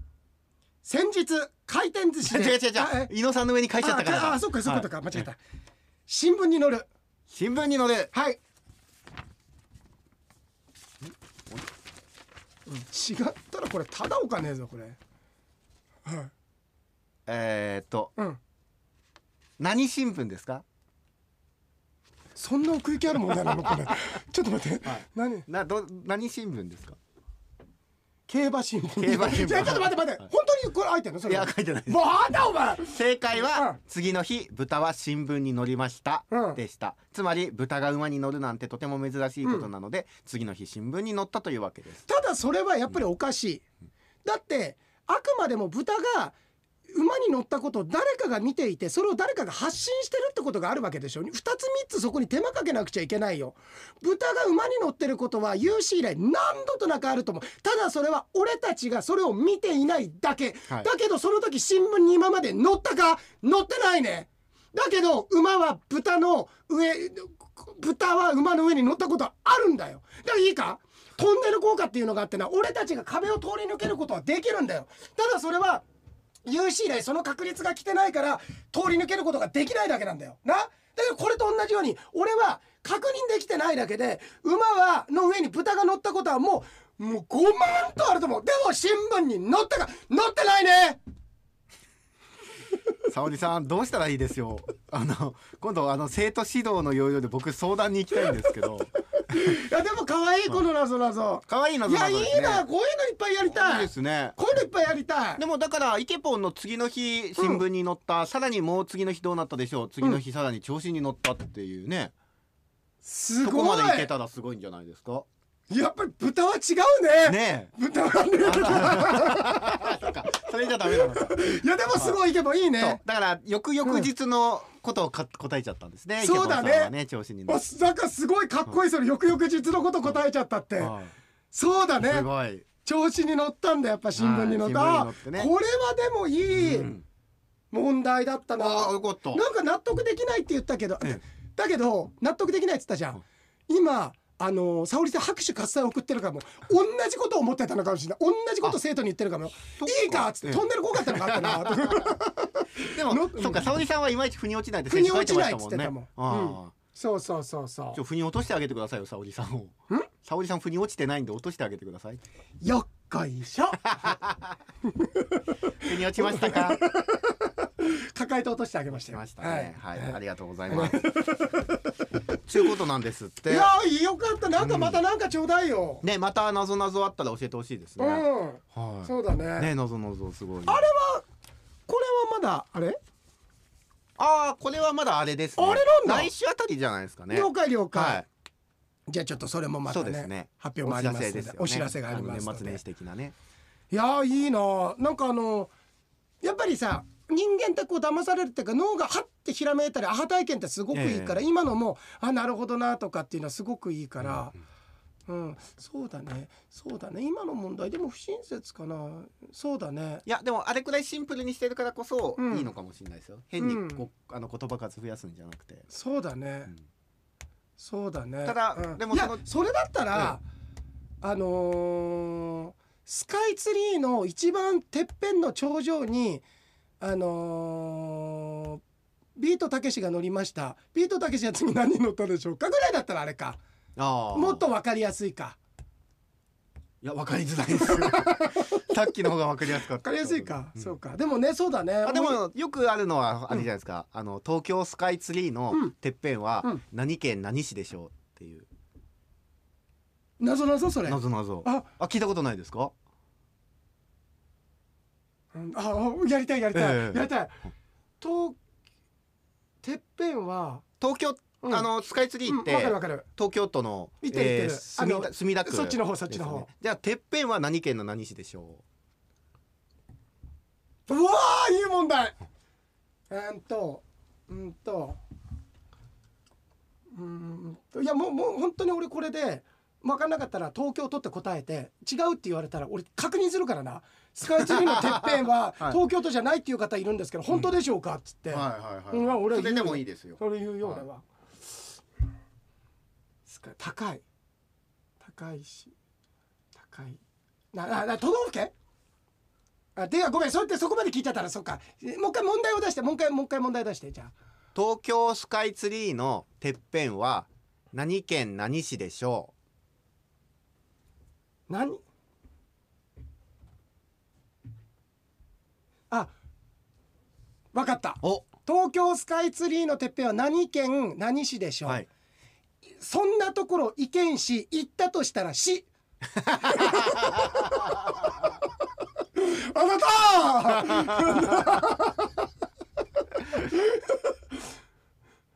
[SPEAKER 1] 先日回転寿司
[SPEAKER 2] 違う
[SPEAKER 1] で
[SPEAKER 2] 違う違う
[SPEAKER 1] あえ
[SPEAKER 2] 伊野さんの上に書いちゃったから
[SPEAKER 1] あ
[SPEAKER 2] だ
[SPEAKER 1] あそっかそっかそっか
[SPEAKER 2] はい
[SPEAKER 1] 間違えた新聞に載る
[SPEAKER 2] 新聞に載る
[SPEAKER 1] はい。うん違ったらこれただおかねえぞこれ。はい。
[SPEAKER 2] えー、っと
[SPEAKER 1] うん。
[SPEAKER 2] 何新聞ですか
[SPEAKER 1] そんな奥行きある問題なのこ れ。ちょっと待って。
[SPEAKER 2] はい
[SPEAKER 1] 何？
[SPEAKER 2] など何新聞ですか
[SPEAKER 1] 競馬新聞。
[SPEAKER 2] 競馬新聞
[SPEAKER 1] じゃちょっと待って待って。本当にこれ開いてんのそ
[SPEAKER 2] い
[SPEAKER 1] れ？
[SPEAKER 2] や書いてないです
[SPEAKER 1] もうあんだお前。
[SPEAKER 2] 正解
[SPEAKER 1] う
[SPEAKER 2] は
[SPEAKER 1] ん
[SPEAKER 2] 次の日豚は新聞に載りました
[SPEAKER 1] うん
[SPEAKER 2] でしたつまり豚が馬に乗るなんてとても珍しいことなので次の日新聞に載ったというわけです
[SPEAKER 1] ただそれはやっぱりおかしい。だってあくまでも豚が馬に乗ったことを誰かが見ていてそれを誰かが発信してるってことがあるわけでしょ2つ3つそこに手間かけなくちゃいけないよ豚が馬に乗ってることは有史以来何度となくあると思うただそれは俺たちがそれを見ていないだけ、
[SPEAKER 2] はい
[SPEAKER 1] だけどその時新聞に今まで乗ったか乗ってないねだけど馬は豚の上豚は馬の上に乗ったことはあるんだよだからいいかトンネル効果っていうのがあってな俺たちが壁を通り抜けることはできるんだよただそれは有史以来その確率が来てないから通り抜けることができないだけなんだよなだけどこれと同じように俺は確認できてないだけで馬はの上に豚が乗ったことはもうもう5万とあると思うでも新聞に載ったか載ってないね
[SPEAKER 2] 沙織さんどうしたらいいですよ あの今度あの生徒指導の要領で僕相談に行きたいんで すけど
[SPEAKER 1] いやでも可愛いこの謎謎
[SPEAKER 2] 可愛いの
[SPEAKER 1] いやいい
[SPEAKER 2] ですね
[SPEAKER 1] なこういうのいっぱいやりた
[SPEAKER 2] いい
[SPEAKER 1] い
[SPEAKER 2] ですね
[SPEAKER 1] こういうのいっぱいやりたい
[SPEAKER 2] でもだからイケポンの次の日新聞に載った、さらにもう次の日どうなったでしょう次の日さらに調子に乗ったっていうね、
[SPEAKER 1] す
[SPEAKER 2] そこま
[SPEAKER 1] ごい
[SPEAKER 2] でいけたらすごいんじゃないですか
[SPEAKER 1] やっぱり豚は違うね
[SPEAKER 2] ね
[SPEAKER 1] 豚はね
[SPEAKER 2] えそっかそれじゃダメなのか
[SPEAKER 1] いやでもすごいいけばいい
[SPEAKER 2] そう
[SPEAKER 1] ね
[SPEAKER 2] だから翌々日のことをか答えちゃったんですね。
[SPEAKER 1] そうだね
[SPEAKER 2] 池本さんはね調子に乗
[SPEAKER 1] あ
[SPEAKER 2] って。
[SPEAKER 1] なんかすごいかっこいいそれ翌々日のこと答えちゃったって
[SPEAKER 2] はい
[SPEAKER 1] そうだ
[SPEAKER 2] す
[SPEAKER 1] ね
[SPEAKER 2] ごい。
[SPEAKER 1] 調子に乗ったんだやっぱ新聞に載った、
[SPEAKER 2] はい新聞に載ってね
[SPEAKER 1] これはでもいい
[SPEAKER 2] うん
[SPEAKER 1] 問題だったな、
[SPEAKER 2] ああよかった。
[SPEAKER 1] なんか納得できないって言ったけど、
[SPEAKER 2] ええ
[SPEAKER 1] だけど納得できないって言ったじゃん、
[SPEAKER 2] うん
[SPEAKER 1] 今あの沙織さん拍手喝采送ってるかも同じことを思ってたのかもしれない同じこと生徒に言ってるかもよ
[SPEAKER 2] そっ
[SPEAKER 1] いいかっつって、
[SPEAKER 2] ええ
[SPEAKER 1] トンネル効果ってのがあったな
[SPEAKER 2] で
[SPEAKER 1] の
[SPEAKER 2] も
[SPEAKER 1] うん
[SPEAKER 2] そっか沙織さんはいまいち腑に落ちないって先生書いてましたもん
[SPEAKER 1] 腑に落ちないっつって
[SPEAKER 2] ね
[SPEAKER 1] たもん。
[SPEAKER 2] あ
[SPEAKER 1] そうそうそう
[SPEAKER 2] あ
[SPEAKER 1] そ
[SPEAKER 2] ちょ腑に落としてあげてくださいよ沙織さんを。沙織さん腑に落ちてないんで落としてあげてください。
[SPEAKER 1] うよっこいしょ
[SPEAKER 2] 腑に落ちまし たか。落
[SPEAKER 1] 抱えて落としてあげました
[SPEAKER 2] ち
[SPEAKER 1] よ
[SPEAKER 2] ましたね。はいありがとうございます。ちゅうことなんですっ
[SPEAKER 1] い
[SPEAKER 2] て
[SPEAKER 1] や。ーよかったなんかまたなんかちょうだいよ、
[SPEAKER 2] ねまた謎謎あったら教えてほしいです
[SPEAKER 1] う
[SPEAKER 2] ね。
[SPEAKER 1] ん、
[SPEAKER 2] は
[SPEAKER 1] そうだ
[SPEAKER 2] い。
[SPEAKER 1] ね
[SPEAKER 2] ね謎謎すごい。
[SPEAKER 1] あれはこれはまだあれ
[SPEAKER 2] ああこれはまだあれですね
[SPEAKER 1] あれなんだ
[SPEAKER 2] 来週あたりじゃないですかね
[SPEAKER 1] 了解了解、
[SPEAKER 2] はい
[SPEAKER 1] じゃあちょっとそれもまた
[SPEAKER 2] そうで
[SPEAKER 1] ね
[SPEAKER 2] すね
[SPEAKER 1] 発表もありますのでお知
[SPEAKER 2] よね
[SPEAKER 1] らせがあります
[SPEAKER 2] の
[SPEAKER 1] ので
[SPEAKER 2] 年末年始的なね
[SPEAKER 1] いやーいいなーなんかあのやっぱりさ人間ってこう騙されるっていうか脳がハッてひらめいたりアハ体験ってすごくいいから、
[SPEAKER 2] え
[SPEAKER 1] 今のもあなるほどなとかっていうのはすごくいいから、うんそうだねそうだね今の問題でも不親切かなそうだね
[SPEAKER 2] いやでもあれくらいシンプルにしてるからこそ
[SPEAKER 1] うん
[SPEAKER 2] いいのかもしれないですよ、変に
[SPEAKER 1] うん
[SPEAKER 2] こうあの言葉数増やすんじゃなくて、
[SPEAKER 1] そうだね、
[SPEAKER 2] うん
[SPEAKER 1] そうだね
[SPEAKER 2] ただ
[SPEAKER 1] うん
[SPEAKER 2] でも
[SPEAKER 1] い
[SPEAKER 2] そ
[SPEAKER 1] や
[SPEAKER 2] の
[SPEAKER 1] それだったら、あのースカイツリーの一番てっぺんの頂上にあのービートたけしが乗りましたビートたけしは次何に乗ったでしょうかぐらいだったらあれか
[SPEAKER 2] ああ
[SPEAKER 1] もっと分かりやすいか
[SPEAKER 2] いや分かりづらい ですさっきの方が分かりやすかっ
[SPEAKER 1] 分
[SPEAKER 2] た
[SPEAKER 1] かりやすいか、
[SPEAKER 2] ん
[SPEAKER 1] そうかでもねそうだね
[SPEAKER 2] あで
[SPEAKER 1] おい
[SPEAKER 2] もよくあるのはあれじゃないですか、あの東京スカイツリーの
[SPEAKER 1] うん
[SPEAKER 2] てっぺんは
[SPEAKER 1] うん
[SPEAKER 2] 何県何市でしょうっていう
[SPEAKER 1] 謎謎それ
[SPEAKER 2] なぞなぞ
[SPEAKER 1] あ
[SPEAKER 2] あ聞いたことないですか
[SPEAKER 1] うんあおやりたいやりたい、
[SPEAKER 2] ええ
[SPEAKER 1] やりたいとてっぺんは、
[SPEAKER 2] 東京、
[SPEAKER 1] うん
[SPEAKER 2] あのスカイツリーって、
[SPEAKER 1] うんわかるわかる
[SPEAKER 2] 東京都の
[SPEAKER 1] 見てる見てる
[SPEAKER 2] 墨
[SPEAKER 1] あ
[SPEAKER 2] 田
[SPEAKER 1] の
[SPEAKER 2] 墨田区
[SPEAKER 1] そっちの方そっちの方
[SPEAKER 2] ですねじゃあてっぺんは何県の何市でしょ
[SPEAKER 1] うわーいい問題うんとうんとうんといやもうもう本当に俺これで分かんなかったら東京都って答えて違うって言われたら俺確認するからなスカイツリーのてっぺんは
[SPEAKER 2] はい
[SPEAKER 1] 東京都じゃないっていう方いるんですけど本当でしょうかっつって、
[SPEAKER 2] うはい
[SPEAKER 1] はいうん俺は言うよそれでも
[SPEAKER 2] いいですよ
[SPEAKER 1] それ言うよう
[SPEAKER 2] はい
[SPEAKER 1] 俺はスカイ高い高いし高いななな都道府県あてかごめんそうやってそこまで聞いてたらそっかえもう一回問題を出してもう一回もう一回問題出してじゃあ
[SPEAKER 2] 東京スカイツリーのてっぺんは何県何市でしょ
[SPEAKER 1] 何あわかった
[SPEAKER 2] うお
[SPEAKER 1] 東京スカイツリーのてっぺんは何県何市でしょう、
[SPEAKER 2] はい
[SPEAKER 1] そんなところ意見し行ったとしたら市 あなた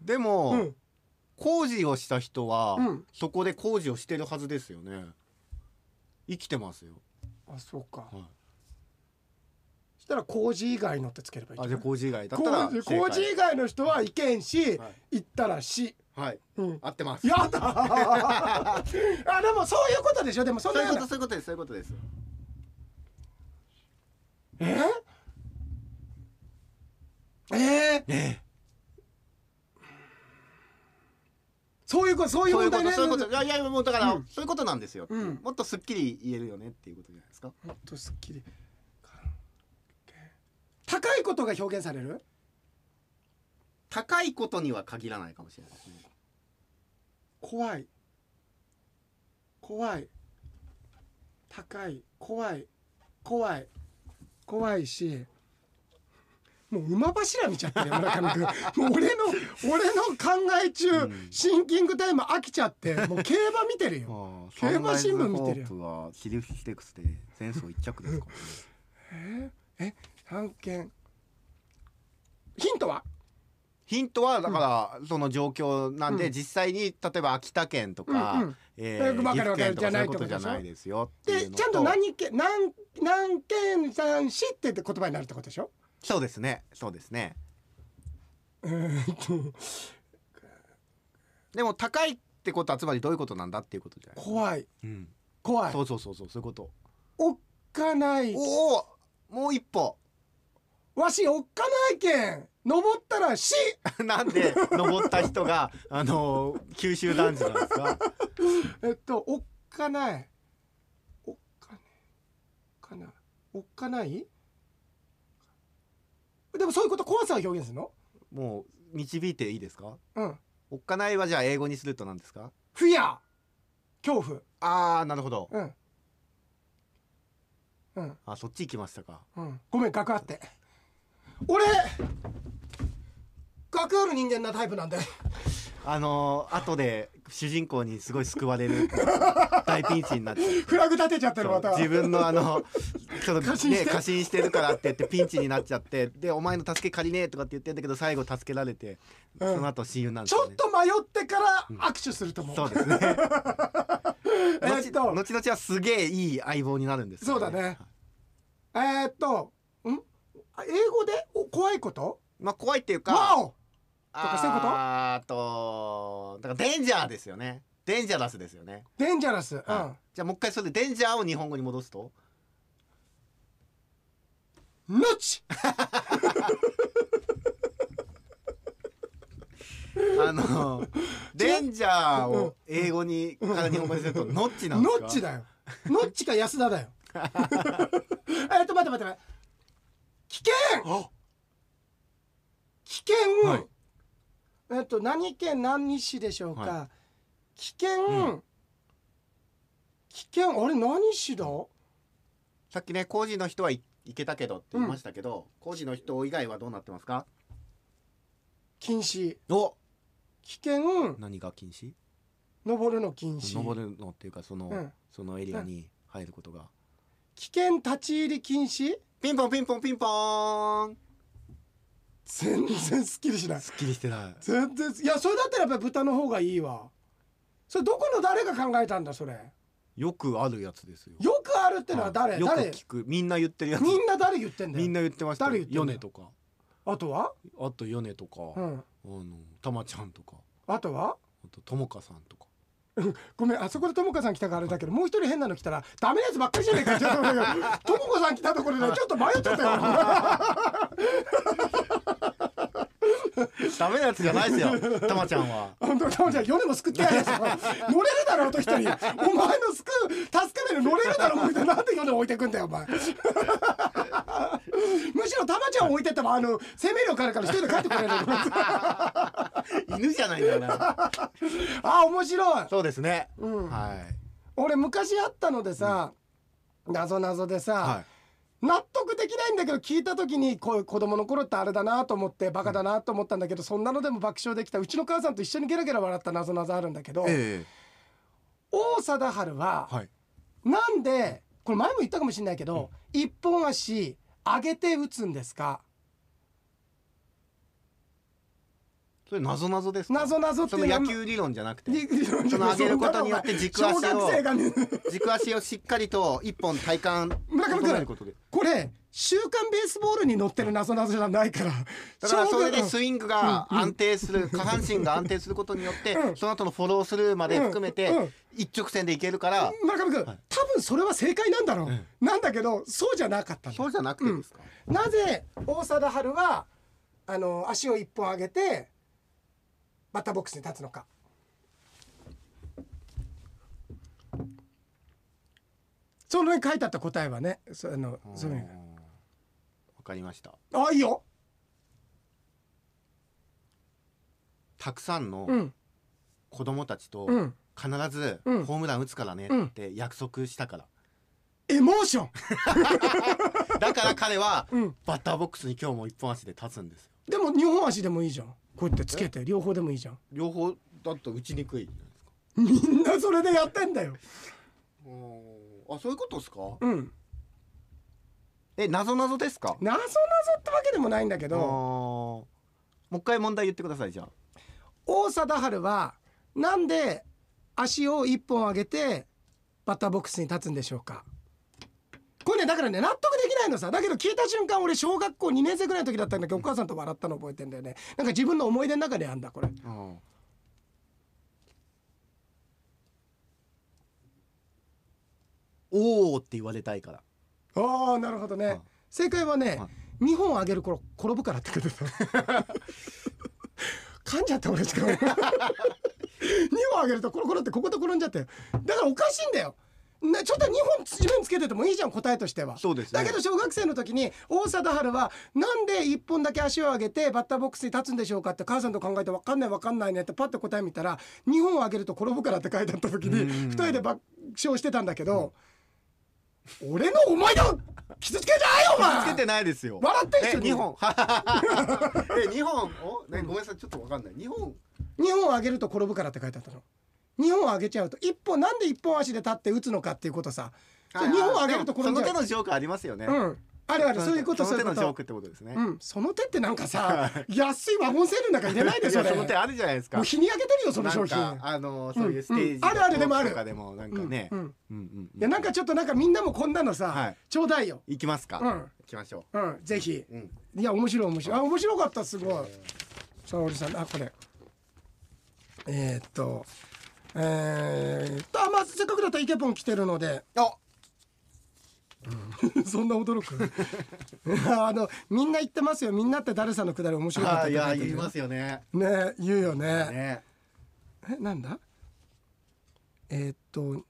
[SPEAKER 2] でも、
[SPEAKER 1] うん
[SPEAKER 2] 工事をした人は、
[SPEAKER 1] うん
[SPEAKER 2] そこで工事をしてるはずですよね生きてますよ、
[SPEAKER 1] あそうか
[SPEAKER 2] はい
[SPEAKER 1] そしたら工事以外のってつければいい
[SPEAKER 2] あ
[SPEAKER 1] ん
[SPEAKER 2] じ
[SPEAKER 1] じ
[SPEAKER 2] ゃ
[SPEAKER 1] ゃ
[SPEAKER 2] あ
[SPEAKER 1] ない
[SPEAKER 2] 工事以外だったら
[SPEAKER 1] 工事工事以外の人は意見し、
[SPEAKER 2] はい
[SPEAKER 1] 行ったら市
[SPEAKER 2] はい
[SPEAKER 1] うん
[SPEAKER 2] 合ってます
[SPEAKER 1] やだ あでもそういうことでしょでもそん
[SPEAKER 2] そう
[SPEAKER 1] な
[SPEAKER 2] いう
[SPEAKER 1] よう
[SPEAKER 2] こ
[SPEAKER 1] な
[SPEAKER 2] とそういうことですそういうことです
[SPEAKER 1] ええー
[SPEAKER 2] え
[SPEAKER 1] そういうことそういう
[SPEAKER 2] そういう
[SPEAKER 1] 問
[SPEAKER 2] こ
[SPEAKER 1] 題
[SPEAKER 2] と
[SPEAKER 1] ね
[SPEAKER 2] そういうこといやいやもうだから、
[SPEAKER 1] うん
[SPEAKER 2] そういうことなんですよ、
[SPEAKER 1] うん
[SPEAKER 2] もっとすっきり言えるよねっていうことじゃないですか
[SPEAKER 1] もっとすっきり高いことが表現される
[SPEAKER 2] 高いことには限らないかもしれないですね
[SPEAKER 1] 怖い怖い高い怖い怖い怖いしもう馬柱見ちゃってるよ村上君もう俺の俺の考え中、
[SPEAKER 2] うん
[SPEAKER 1] シンキングタイム飽きちゃってもう競馬見てるよ競馬新聞見てるよ
[SPEAKER 2] サンライズホープはシリウスステークスで前走一着ですからね
[SPEAKER 1] え探検ヒントは
[SPEAKER 2] ヒントはだからその状況なんで、
[SPEAKER 1] うん
[SPEAKER 2] 実際に例えば秋田県とか、
[SPEAKER 1] うんうん
[SPEAKER 2] え
[SPEAKER 1] よくわ
[SPEAKER 2] 岐
[SPEAKER 1] かる
[SPEAKER 2] 阜
[SPEAKER 1] わかる
[SPEAKER 2] 県とかそういうこと
[SPEAKER 1] じ
[SPEAKER 2] じ
[SPEAKER 1] ゃ
[SPEAKER 2] ゃ
[SPEAKER 1] な
[SPEAKER 2] ないい
[SPEAKER 1] っ
[SPEAKER 2] ですよってい
[SPEAKER 1] で
[SPEAKER 2] うの
[SPEAKER 1] ちゃんと何県何何県さん市って言葉になるってことでしょ
[SPEAKER 2] そうですねそうですね
[SPEAKER 1] うーんと
[SPEAKER 2] でも高いってことはつまりどういうことなんだっていうことじゃない、
[SPEAKER 1] 怖い
[SPEAKER 2] うん、
[SPEAKER 1] 怖い
[SPEAKER 2] そうそうそうそうそういうこと
[SPEAKER 1] おっかない
[SPEAKER 2] おおもう一歩
[SPEAKER 1] わしおっかないけん登ったらし
[SPEAKER 2] なんで登った人があのー九州男児なんですか
[SPEAKER 1] えっとおっかないおっかねかなおっかないでもそういうこと怖さを表現するの
[SPEAKER 2] もう導いていいですか
[SPEAKER 1] うん
[SPEAKER 2] おっかないはじゃあ英語にすると何ですか
[SPEAKER 1] フィア恐怖
[SPEAKER 2] あーなるほど
[SPEAKER 1] うんうん
[SPEAKER 2] あそっち行きましたか
[SPEAKER 1] うんごめんガクあって俺ガクある人間なタイプなんで
[SPEAKER 2] あのー後で主人公にすごい救われる大ピンチになっちゃう
[SPEAKER 1] フラグ立てちゃってるまた
[SPEAKER 2] 自分のあのちょっと
[SPEAKER 1] 過信し
[SPEAKER 2] ね
[SPEAKER 1] て
[SPEAKER 2] 過信してるからって言ってピンチになっちゃってでお前の助け借りねえとかって言ってんだけど最後助けられて
[SPEAKER 1] うん
[SPEAKER 2] その後親友なんで
[SPEAKER 1] ち
[SPEAKER 2] すよ
[SPEAKER 1] ょっ
[SPEAKER 2] ね、
[SPEAKER 1] と迷ってから握手すると思う、
[SPEAKER 2] そうですね
[SPEAKER 1] えっと
[SPEAKER 2] 後後々はすげえいい相棒になるんです
[SPEAKER 1] そ
[SPEAKER 2] よ
[SPEAKER 1] うだねえー、っと、んあ英語でお怖いこと
[SPEAKER 2] まあ怖いっていうか
[SPEAKER 1] わお
[SPEAKER 2] と
[SPEAKER 1] かそういうこと
[SPEAKER 2] あーとだからデンジャーですよねデンジャラスですよね、
[SPEAKER 1] デンジャラス、うん、
[SPEAKER 2] はいじゃあもう一回それでデンジャーを日本語に戻 すと
[SPEAKER 1] ぬち
[SPEAKER 2] あのデンジャーを英語にから日本語にするとノッチなん
[SPEAKER 1] ノ
[SPEAKER 2] ですか
[SPEAKER 1] ッチだよノッチか安田だよ えっと待って待って待って危険
[SPEAKER 2] あ
[SPEAKER 1] 危険、
[SPEAKER 2] はい
[SPEAKER 1] えっと何県何市でしょうか、
[SPEAKER 2] は
[SPEAKER 1] 危険、
[SPEAKER 2] う
[SPEAKER 1] 危険あれ何市だ
[SPEAKER 2] さっきね工事の人はい行けたけどって言いましたけど、工事の人以外はどうなってますか
[SPEAKER 1] 禁止
[SPEAKER 2] お
[SPEAKER 1] 危険
[SPEAKER 2] 何が禁止
[SPEAKER 1] 登るの禁止
[SPEAKER 2] 登るのっていうかその、
[SPEAKER 1] うん
[SPEAKER 2] そのエリアに入ることが、
[SPEAKER 1] 危険立ち入り禁止
[SPEAKER 2] ピンポンピンポンピンポーン
[SPEAKER 1] 全然すっきりしない
[SPEAKER 2] すっきりしてない
[SPEAKER 1] 全然いやそれだったらやっぱり豚の方がいいわそれどこの誰が考えたんだそれ
[SPEAKER 2] よくあるやつですよ
[SPEAKER 1] よくあるってのは誰、
[SPEAKER 2] はいよく
[SPEAKER 1] 誰
[SPEAKER 2] 聞くみんな言ってるやつ
[SPEAKER 1] みんな誰言ってんだ
[SPEAKER 2] み
[SPEAKER 1] よ
[SPEAKER 2] んな言ってましたよ
[SPEAKER 1] 誰言ってんの
[SPEAKER 2] ヨネとか
[SPEAKER 1] あとは
[SPEAKER 2] あとヨネとか、
[SPEAKER 1] う
[SPEAKER 2] あ
[SPEAKER 1] ん
[SPEAKER 2] のたまちゃんとか
[SPEAKER 1] あとは
[SPEAKER 2] あとともかさん とか
[SPEAKER 1] ごめんあそこでともかさん来たからあれだけどもう一人変なの来たらダメなやつばっかりじゃねえかちょっと待ってよともこさん来たところでねちょっと迷っちゃったよ
[SPEAKER 2] ダメなやつじゃないですよ たまちゃんは
[SPEAKER 1] 本当ともちゃん米も救ってやるよそこ乗れるだろうと一人お前の救う助けないの乗れるだろうみたいななんで米置いてくんだよお前 むしろたまちゃんを置いてってもあの生命力あるから一人で帰ってくれるの
[SPEAKER 2] 犬じゃない んだよな
[SPEAKER 1] あ面白い
[SPEAKER 2] そうですね、
[SPEAKER 1] うん
[SPEAKER 2] はい
[SPEAKER 1] 俺昔あったのでさ、なぞなぞでさ、
[SPEAKER 2] はい
[SPEAKER 1] 納得できないんだけど聞いた時にこう子供の頃ってあれだなと思ってバカだなと思ったんだけど、そんなのでも爆笑できたうちの母さんと一緒にゲラゲラ笑ったなぞなぞあるんだけど、
[SPEAKER 2] え
[SPEAKER 1] 王貞治は、
[SPEAKER 2] はい
[SPEAKER 1] なんでこれ前も言ったかもしれないけど、一本足上げて打つんですか
[SPEAKER 2] それ謎謎ですか
[SPEAKER 1] 謎々って
[SPEAKER 2] そ
[SPEAKER 1] いう
[SPEAKER 2] の
[SPEAKER 1] の
[SPEAKER 2] 野球理論じゃなくて
[SPEAKER 1] そ
[SPEAKER 2] の上げることによって軸足を
[SPEAKER 1] 小学生が、ね、
[SPEAKER 2] 軸足をしっかりと一本体幹
[SPEAKER 1] 村上君
[SPEAKER 2] 整えることで
[SPEAKER 1] これ「週刊ベースボール」に載ってるなぞなぞじゃないから
[SPEAKER 2] だからそれで
[SPEAKER 1] 小学
[SPEAKER 2] スイングが安定 する下半身が安定することによって
[SPEAKER 1] うん
[SPEAKER 2] その後のフォロースルーまで含めて
[SPEAKER 1] うん
[SPEAKER 2] 一直線でいけるから
[SPEAKER 1] 村上君、
[SPEAKER 2] はい
[SPEAKER 1] 多分それは正解なんだろう、
[SPEAKER 2] え
[SPEAKER 1] なんだけどそうじゃなかったんだ
[SPEAKER 2] そうじゃなくてですか
[SPEAKER 1] なぜ大貞治はあの足を一本上げてバッターボックスに立つのかその辺に書いてあった答えはねそあのそういう
[SPEAKER 2] わ
[SPEAKER 1] の
[SPEAKER 2] かりました
[SPEAKER 1] あいいよ、
[SPEAKER 2] たくさんの
[SPEAKER 1] うん
[SPEAKER 2] 子供たちと
[SPEAKER 1] うん、
[SPEAKER 2] 必ずホ
[SPEAKER 1] うん
[SPEAKER 2] ームラン打つからねって約束したから
[SPEAKER 1] エモーション、
[SPEAKER 2] だから彼は
[SPEAKER 1] うん、
[SPEAKER 2] バッターボックスに今日も一本足で立つんですよ
[SPEAKER 1] でも二本足でもいいじゃんこうやってつけて両方でもいいじゃん
[SPEAKER 2] 両方だと打ちにくいじゃないですか
[SPEAKER 1] みんなそれでやってんだよ
[SPEAKER 2] あそういうことですか
[SPEAKER 1] うん
[SPEAKER 2] え謎謎ですか
[SPEAKER 1] なぞなぞってわけでもないんだけ
[SPEAKER 2] あー
[SPEAKER 1] ど
[SPEAKER 2] もう一回問題言ってくださいじゃあ
[SPEAKER 1] 王貞治はなんで足を一本上げてバッターボックスに立つんでしょうかこれねだからね納得できないのさだけど聞いた瞬間俺小学校2年生ぐらいの時だったんだけどお母さんと笑ったの覚えてんだよねなんか自分の思い出の中にあんだこれ
[SPEAKER 2] うんおーって言われたいから
[SPEAKER 1] ああなるほどね、
[SPEAKER 2] はい
[SPEAKER 1] 正解はね、
[SPEAKER 2] は
[SPEAKER 1] 2本上げる頃転ぶからって書いてた 噛んじゃった俺しかも 2本上げるとコロコロってここと転んじゃったよだからおかしいんだよなちょっと2本自分つけててもいいじゃん答えとしては
[SPEAKER 2] そうですね
[SPEAKER 1] だけど小学生の時に大貞治はなんで1本だけ足を上げてバッターボックスに立つんでしょうかって母さんと考えて分かんない分かんないねってパッと答え見たら2本上げると転ぶからって書いてあった時に
[SPEAKER 2] うん
[SPEAKER 1] 2人で爆笑してたんだけど、俺のお前だ傷つけんじゃないよお前
[SPEAKER 2] つけてないですよ
[SPEAKER 1] 笑って一緒に
[SPEAKER 2] え二本 え二本おねごめんなさいちょっとわかんない二本
[SPEAKER 1] 2本上げると転ぶからって書いてあったの2本上げちゃうと1本なんで1本足で立って打つのかっていうことさそれ2本上げると
[SPEAKER 2] でも
[SPEAKER 1] 転んじゃ
[SPEAKER 2] その手
[SPEAKER 1] う
[SPEAKER 2] のジョークありますよね
[SPEAKER 1] うんあるあるそういうこと
[SPEAKER 2] そ
[SPEAKER 1] そう
[SPEAKER 2] の
[SPEAKER 1] いうこ
[SPEAKER 2] 手のジョー
[SPEAKER 1] と
[SPEAKER 2] クってことですね
[SPEAKER 1] うんその手ってなんか さ安いワゴンセールなんか入れないで
[SPEAKER 2] い
[SPEAKER 1] そ
[SPEAKER 2] や
[SPEAKER 1] れ
[SPEAKER 2] その手あるじゃないですか
[SPEAKER 1] もう日に焼けてるよその
[SPEAKER 2] な
[SPEAKER 1] 商
[SPEAKER 2] ん
[SPEAKER 1] 品
[SPEAKER 2] かあのそういうステー
[SPEAKER 1] う
[SPEAKER 2] ジ
[SPEAKER 1] んあるあるでもある
[SPEAKER 2] とかでもなんか
[SPEAKER 1] うん
[SPEAKER 2] ね
[SPEAKER 1] うん
[SPEAKER 2] うんうん
[SPEAKER 1] いやなんかちょっとなんかみんなもこんなのさ、
[SPEAKER 2] はい
[SPEAKER 1] ちょうだいよ
[SPEAKER 2] 行きますか
[SPEAKER 1] うん
[SPEAKER 2] 行きましょ
[SPEAKER 1] うんぜひ
[SPEAKER 2] ううん
[SPEAKER 1] いや面白い面白いあ面白かったすごい沙織さんあこれえー、っとえー、っとあまずせっかくだったらイケポン来てるので
[SPEAKER 2] あ
[SPEAKER 1] そんな驚く あのみんな言ってますよみんなって誰さんのくだり面白かった
[SPEAKER 2] あ
[SPEAKER 1] っ
[SPEAKER 2] ーい
[SPEAKER 1] て書
[SPEAKER 2] や
[SPEAKER 1] いて
[SPEAKER 2] 言い
[SPEAKER 1] る
[SPEAKER 2] ますよね
[SPEAKER 1] ね言うよね
[SPEAKER 2] ね
[SPEAKER 1] えなんだえーっと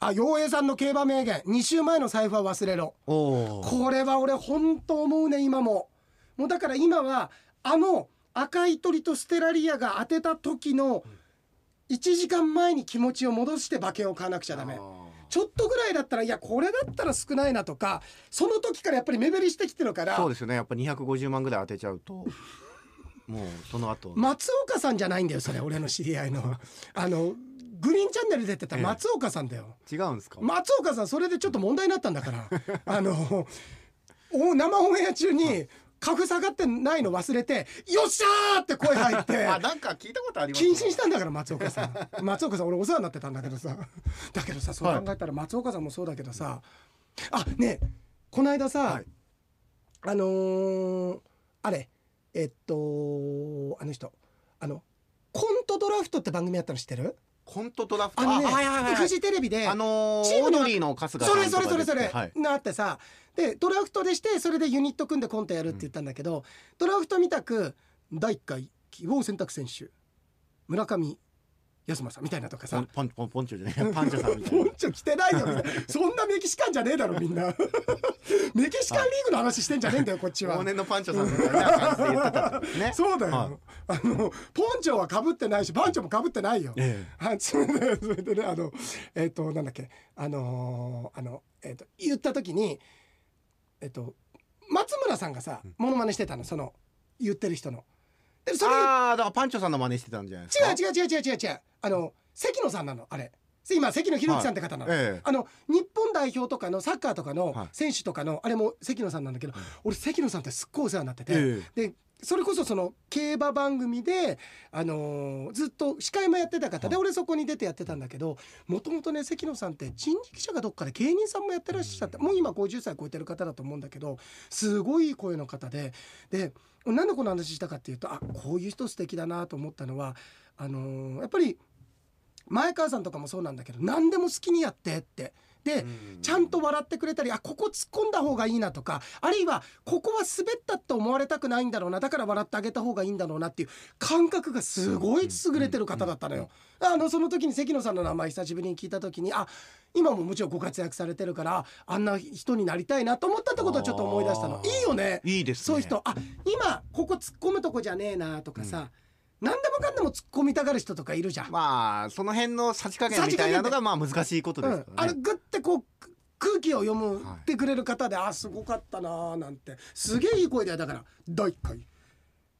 [SPEAKER 1] あ陽平さんの競馬名言2週前の財布は忘れろ
[SPEAKER 2] おお
[SPEAKER 1] これは俺本当思うね今ももうだから今はあの赤い鳥とステラリアが当てた時の1時間前に気持ちを戻して馬券を買わなくちゃダメちょっとぐらいだったらいやこれだったら少ないなとかその時からやっぱり目減りしてきてるから
[SPEAKER 2] そうですよねやっぱ250万ぐらい当てちゃうともうその後
[SPEAKER 1] 松岡さんじゃないんだよそれ俺の知り合いのあのグリーンチャンネル出てた松岡さんだよ、
[SPEAKER 2] 違うんですか、
[SPEAKER 1] 松岡さんそれでちょっと問題になったんだから あのお生オンエア中にカフ下がってないの忘れて「よっしゃー!」って声入って
[SPEAKER 2] あなんか聞いたことあります
[SPEAKER 1] 謹慎したんだから松岡さん 松岡さん俺お世話になってたんだけどさ だけどさそう考えたら松岡さんもそうだけどさ、あねえこの間さ、
[SPEAKER 2] はい
[SPEAKER 1] あのーあれえっとあの人あのコントドラフトって番組やったの知ってる
[SPEAKER 2] コントドラフト
[SPEAKER 1] あのね、
[SPEAKER 2] はいはいはい
[SPEAKER 1] フジテレビで
[SPEAKER 2] あのー、
[SPEAKER 1] チーム
[SPEAKER 2] オー
[SPEAKER 1] の
[SPEAKER 2] ドリーの春日さん
[SPEAKER 1] そ
[SPEAKER 2] とか
[SPEAKER 1] れそれそれそれ、
[SPEAKER 2] ですねはい、
[SPEAKER 1] なってさでドラフトでしてそれでユニット組んでコントやるって言ったんだけど、ドラフト見たく第1回希望選択選手村上康政みたいなとか
[SPEAKER 2] ポ
[SPEAKER 1] さ
[SPEAKER 2] ンポンポンポンチョじゃないパンチョさんみたい
[SPEAKER 1] ポ
[SPEAKER 2] な
[SPEAKER 1] ンチョ着てないよみ たいなそんなメキシカンじゃねえだろみんな メキシカンリーグの話してんじゃねえんだよこっちは
[SPEAKER 2] 往年のパンチョさんみたいな感じで言ってたんですね
[SPEAKER 1] そうだよ、
[SPEAKER 2] はい
[SPEAKER 1] あのポンチョはかぶってないしパンチョもかぶってないよ
[SPEAKER 2] え
[SPEAKER 1] はい、それで、それでね、あの、えっ、と、なんだっけ、あのーあの、えっ、と、言った時に。えっ、と、松村さんがさ、モノマネしてたの、その、言ってる人の。で、
[SPEAKER 2] え
[SPEAKER 1] それ、違
[SPEAKER 2] ああだからパンチョさんの真似してたんじゃないですか
[SPEAKER 1] う、違う、違う、違う、違う、違う、あの、関野さんなの、あれ。今、関野博之さんって方なの。
[SPEAKER 2] ええ
[SPEAKER 1] あの日本代表とかのサッカーとか
[SPEAKER 2] はい
[SPEAKER 1] の選手とかの、あれも関野さんなんだけど、俺関野さんってすっごいお世話になってて、
[SPEAKER 2] え
[SPEAKER 1] でそれこそその競馬番組で、あのーずっと司会もやってた方で、俺そこに出てやってたんだけどもともとね関野さんって人力車がどっかで芸人さんもやってらっしゃって、もう今50歳超えてる方だと思うんだけどすごい声の方ででなんでこの話したかっていうとあこういう人素敵だなと思ったのはあのーやっぱり前川さんとかもそうなんだけど何でも好きにやってって。で、
[SPEAKER 2] うん
[SPEAKER 1] ちゃんと笑ってくれたりあここ突っ込んだ方がいいなとかあるいはここは滑ったって思われたくないんだろうなだから笑ってあげた方がいいんだろうなっていう感覚がすごい優れてる方だったのよ。あのその時に関野さんの名前久しぶりに聞いた時にあ今ももちろんご活躍されてるからあんな人になりたいなと思ったってことをちょっと思い出したの
[SPEAKER 2] あ。ー
[SPEAKER 1] いいよね
[SPEAKER 2] いいですね
[SPEAKER 1] そういう人あ今ここ突っ込むとこじゃねえなとかさ、何でもかんでも突っ込みたがる人とかいるじゃん。
[SPEAKER 2] まあその辺のさじ加減みたいなのがまあ難しいことです
[SPEAKER 1] うん、
[SPEAKER 2] か
[SPEAKER 1] あ
[SPEAKER 2] ら
[SPEAKER 1] れ
[SPEAKER 2] ね、
[SPEAKER 1] グッてこうく空気を読むってくれる方で、あすごかったなーなんてすげえいい声だよだから第1回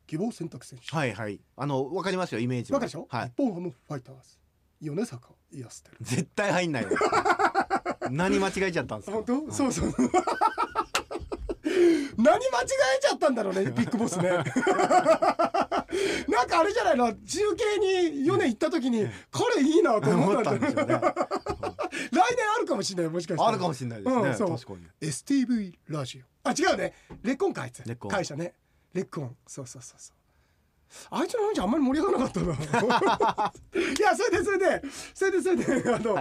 [SPEAKER 1] 希望選択選手わ
[SPEAKER 2] はいはいあのわかりますよイメージ
[SPEAKER 1] か
[SPEAKER 2] は
[SPEAKER 1] るでしょ、
[SPEAKER 2] はい
[SPEAKER 1] 日本ハムファイターズ米坂イアステル
[SPEAKER 2] 絶対入 んないよ何間違えちゃったんですか
[SPEAKER 1] 本当、そうそう 何間違えちゃったんだろうねビッグボスね なんかあれじゃないの中継に4年行った時に彼いいなと思
[SPEAKER 2] 思
[SPEAKER 1] っ
[SPEAKER 2] った
[SPEAKER 1] た
[SPEAKER 2] ん
[SPEAKER 1] んだ
[SPEAKER 2] で
[SPEAKER 1] よ
[SPEAKER 2] しょうね
[SPEAKER 1] 来年あるかもしれないもしか したら
[SPEAKER 2] あるかもしれないですね、
[SPEAKER 1] うんそう
[SPEAKER 2] 確かに
[SPEAKER 1] STV ラジオあ違うねレッコンかあいつ
[SPEAKER 2] レッコン
[SPEAKER 1] 会社ねレッコンそうそうそうそうあいつの話あんまり盛り上がらなかったな いやそれでそれでそれでそれであの、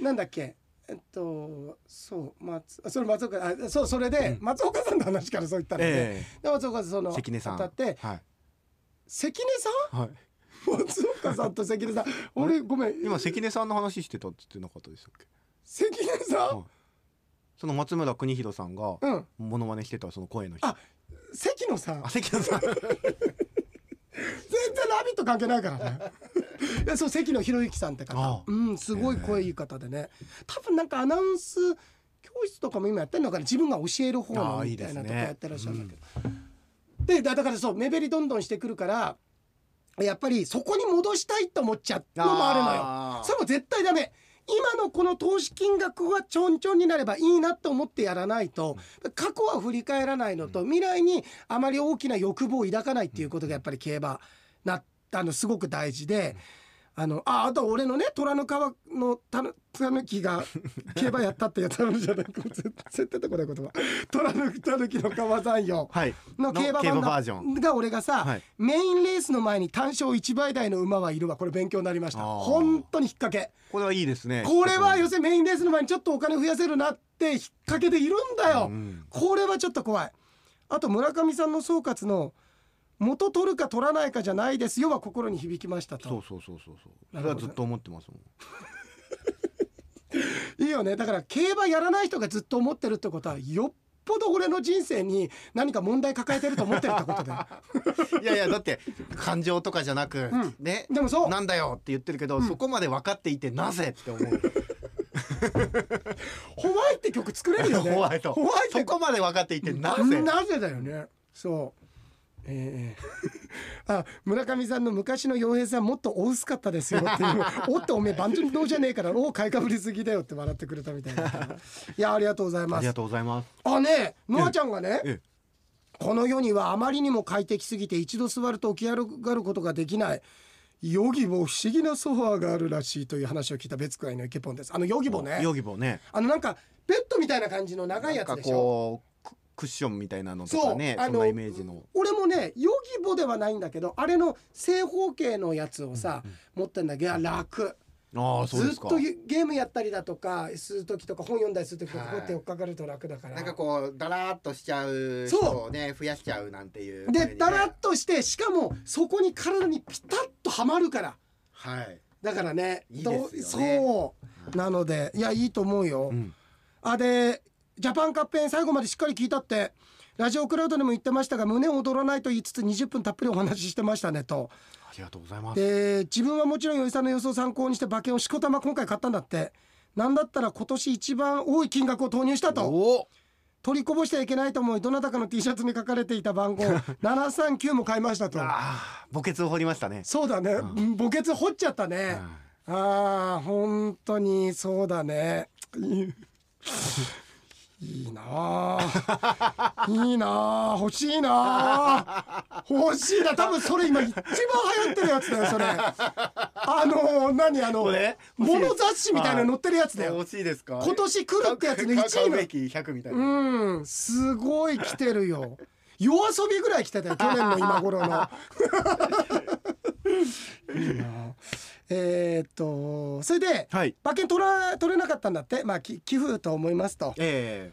[SPEAKER 1] なんだっけえっとそう松それ松岡あそうそれで、松岡さんの話からそう言ったので、
[SPEAKER 2] え
[SPEAKER 1] で松岡さんその
[SPEAKER 2] 関根さん
[SPEAKER 1] 当たって
[SPEAKER 2] はい、
[SPEAKER 1] 関根さ
[SPEAKER 2] はい、
[SPEAKER 1] ん松岡さんと関根さん俺ごめん
[SPEAKER 2] 今関根さんの話してたって言ってなかったでしたっけ
[SPEAKER 1] 関根さ
[SPEAKER 2] はいその松村邦弘さんが
[SPEAKER 1] んうん
[SPEAKER 2] モノマネしてたその声の人
[SPEAKER 1] あ関野さん
[SPEAKER 2] あ関野 さん
[SPEAKER 1] 全然「ラビット!」関係ないからね いやそう関野博之さんって
[SPEAKER 2] ああ
[SPEAKER 1] 方うんすごい声いい方でね多分なんかアナウンス教室とかも今やってるのかな自分が教える方
[SPEAKER 2] あ
[SPEAKER 1] の
[SPEAKER 2] あいい
[SPEAKER 1] み
[SPEAKER 2] で
[SPEAKER 1] た
[SPEAKER 2] す
[SPEAKER 1] い
[SPEAKER 2] ね
[SPEAKER 1] なとこやってらっしゃるんだけどでだだからそう目減りどんどんしてくるからやっぱりそこに戻したいと思っちゃうのもあるの
[SPEAKER 2] あ
[SPEAKER 1] よ
[SPEAKER 2] あ
[SPEAKER 1] それも絶対ダメ今のこの投資金額がちょんちょんになればいいなと思ってやらないと過去は振り返らないのと未来にあまり大きな欲望を抱かないっていうことがやっぱり競馬なあのすごく大事で。あのああと俺のね虎の皮のたぬたぬきが競馬やったってやつあるじゃないか絶絶対とこない言葉虎のたぬきの皮さんよ
[SPEAKER 2] はい
[SPEAKER 1] の競馬
[SPEAKER 2] 競馬
[SPEAKER 1] 版
[SPEAKER 2] バージョン
[SPEAKER 1] が俺がさ、
[SPEAKER 2] はい
[SPEAKER 1] メインレースの前に単勝1倍台の馬はいるわこれ勉強になりました
[SPEAKER 2] あー
[SPEAKER 1] 本当に引っ掛け
[SPEAKER 2] これはいいですね
[SPEAKER 1] これは要するにメインレースの前にちょっとお金増やせるなって引っ掛けでいるんだよ、
[SPEAKER 2] うん
[SPEAKER 1] これはちょっと怖いあと村上さんの総括の元取るか取らないかじゃないですよは心に響きました
[SPEAKER 2] そう
[SPEAKER 1] と
[SPEAKER 2] そうそうそうそうそ
[SPEAKER 1] な
[SPEAKER 2] れ
[SPEAKER 1] るほど
[SPEAKER 2] はずっと思ってますもん
[SPEAKER 1] いいいよねだから競馬やらない人がずっと思ってるってことはよっぽど俺の人生に何か問題抱えてると思ってるって ことで
[SPEAKER 2] いやいやだって感情とかじゃなく、
[SPEAKER 1] ん
[SPEAKER 2] ね
[SPEAKER 1] でもそう
[SPEAKER 2] なんだよって言ってるけど、そこまで分かっていてなぜって思う、
[SPEAKER 1] ホワイって曲作れる よね
[SPEAKER 2] ホワイト
[SPEAKER 1] ホワイト
[SPEAKER 2] そこまで分かっていてなぜ、
[SPEAKER 1] なぜだよねそうええあ村上さんの昔の洋平さんもっとお薄かったですよって いう「おっとおめえ万順堂じゃねえからおう買いかぶりすぎだよ」って笑ってくれたみたい ないやありがとうござい
[SPEAKER 2] あ
[SPEAKER 1] ま
[SPEAKER 2] り
[SPEAKER 1] す
[SPEAKER 2] がとうございます
[SPEAKER 1] あねえノアちゃんがね、
[SPEAKER 2] ええ
[SPEAKER 1] この世にはあまりにも快適すぎて一度座ると起き上がることができないヨギボ不思議なソファーがあるらしいという話を聞いた別くらいのイケポンですあのヨギボね
[SPEAKER 2] ヨギボーね
[SPEAKER 1] あのなんかベッドみたいな感じの長いや
[SPEAKER 2] な
[SPEAKER 1] つ
[SPEAKER 2] んか
[SPEAKER 1] でしょ
[SPEAKER 2] こうククッションみたいなのとかね
[SPEAKER 1] そうあ
[SPEAKER 2] そ
[SPEAKER 1] の
[SPEAKER 2] んなイメージの
[SPEAKER 1] 俺もねヨギボではないんだけどあれの正方形のやつをさ、持ってんだけど楽
[SPEAKER 2] ああそう
[SPEAKER 1] ず
[SPEAKER 2] で
[SPEAKER 1] っ
[SPEAKER 2] すか
[SPEAKER 1] とゲームやったりだとかする時とか本読んだりする時とか
[SPEAKER 2] はい
[SPEAKER 1] こうやって追っかかると楽だから。
[SPEAKER 2] なんかこうだらーっとしちゃう人をね増やしちゃうなんていう
[SPEAKER 1] でだら
[SPEAKER 2] っ
[SPEAKER 1] っとしてしかもそこに体にピタッとはまるから
[SPEAKER 2] はい、
[SPEAKER 1] だからね
[SPEAKER 2] いいですよね
[SPEAKER 1] どうそうなのでいやいいと思うよ。
[SPEAKER 2] うん、
[SPEAKER 1] あでジャパンカップ編最後までしっかり聞いたってラジオクラウドでも言ってましたが胸を躍らないと言いつつ20分たっぷりお話ししてましたねと。
[SPEAKER 2] ありがとうございます
[SPEAKER 1] で自分はもちろん余井さんの予想を参考にして馬券をしこたま今回買ったんだってなんだったら今年一番多い金額を投入したと
[SPEAKER 2] おお
[SPEAKER 1] 取りこぼしてはいけないと思いどなたかの T シャツに書かれていた 番号739も買いましたと
[SPEAKER 2] ああ墓穴を掘りましたね
[SPEAKER 1] そうだね、うん墓穴掘っちゃったね、ああ本当にそうだねいいいいなあいいなあ欲しいなあ欲しいな多分それ今一番流行ってるやつだよそれあの何あの
[SPEAKER 2] これ
[SPEAKER 1] 物雑誌みたいなの載ってるやつだよ
[SPEAKER 2] 欲しいですか
[SPEAKER 1] 今年来るってやつの
[SPEAKER 2] 買う
[SPEAKER 1] 1位の
[SPEAKER 2] 買うべき100みたいな、
[SPEAKER 1] うんすごい来てるよ夜遊びぐらい来てたよ去年の今頃のいいなえーっとそれで
[SPEAKER 2] はい
[SPEAKER 1] 馬券取ら取れなかったんだってまあき寄付と思いますと
[SPEAKER 2] ええ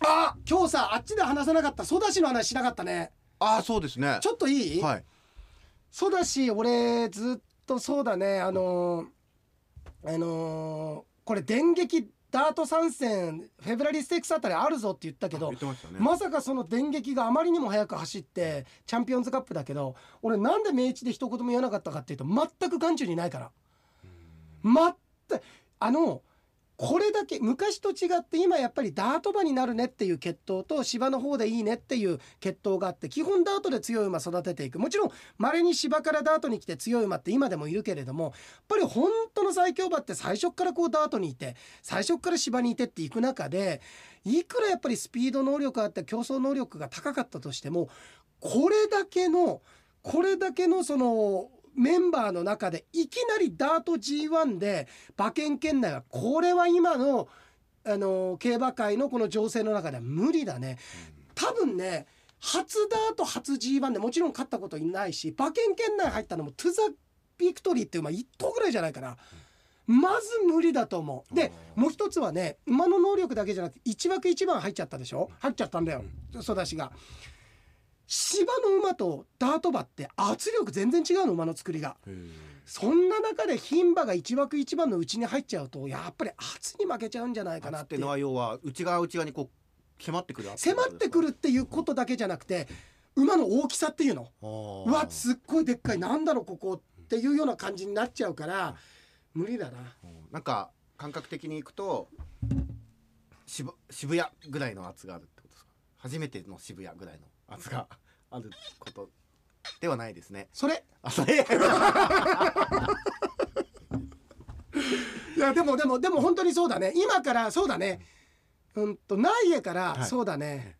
[SPEAKER 1] あ今日さあっちで話さなかったソダシの話しなかったね
[SPEAKER 2] ああそうですね
[SPEAKER 1] ちょっといい、
[SPEAKER 2] はい
[SPEAKER 1] ソダシ俺ずっとそうだねあのーあのーこれ電撃ダート参戦フェブラリーステークスあたりあるぞって言ったけど
[SPEAKER 2] 言ってましたね、
[SPEAKER 1] まさかその電撃があまりにも速く走ってチャンピオンズカップだけど俺なんで明治で一言も言わなかったかっていうと全く眼中にないから全くあのこれだけ昔と違って今やっぱりダート馬になるねっていう血統と芝の方でいいねっていう血統があって基本ダートで強い馬育てていくもちろんまれに芝からダートに来て強い馬って今でもいるけれどもやっぱり本当の最強馬って最初っからこうダートにいて最初っから芝にいてっていく中でいくらやっぱりスピード能力あって競争能力が高かったとしてもこれだけのこれだけのそのメンバーの中でいきなりダート G1 で馬券圏内はこれは今のあの競馬界のこの情勢の中では無理だね。多分ね初ダート初 G1 でもちろん勝ったこといないし馬券圏内入ったのもトゥザ・ビクトリーっていう馬1頭ぐらいじゃないかな。まず無理だと思う。でもう一つはね馬の能力だけじゃなくて1枠1番入っちゃったでしょ入っちゃったんだよ育ちが。芝の馬とダート馬って圧力全然違うの馬の作りが。
[SPEAKER 2] へえ
[SPEAKER 1] そんな中で牝馬が1枠1番のうちに入っちゃうとやっぱり圧に負けちゃうんじゃないかな
[SPEAKER 2] 夏
[SPEAKER 1] っ
[SPEAKER 2] ってて
[SPEAKER 1] いう
[SPEAKER 2] のは要は内側内側にこう迫ってくる
[SPEAKER 1] 迫ってくるっていうことだけじゃなくて馬の大きさっていうのうわ
[SPEAKER 2] わ
[SPEAKER 1] すっごいでっかいなんだろうここっていうような感じになっちゃうから無理だな
[SPEAKER 2] なんか感覚的にいくと渋渋谷ぐらいの圧があるってことですか初めての渋谷ぐらいの圧が あることではないですね
[SPEAKER 1] それ
[SPEAKER 2] あそれ
[SPEAKER 1] いやでもでもでも本当にそうだね今からそうだねうんと内江から、
[SPEAKER 2] はい
[SPEAKER 1] そうだね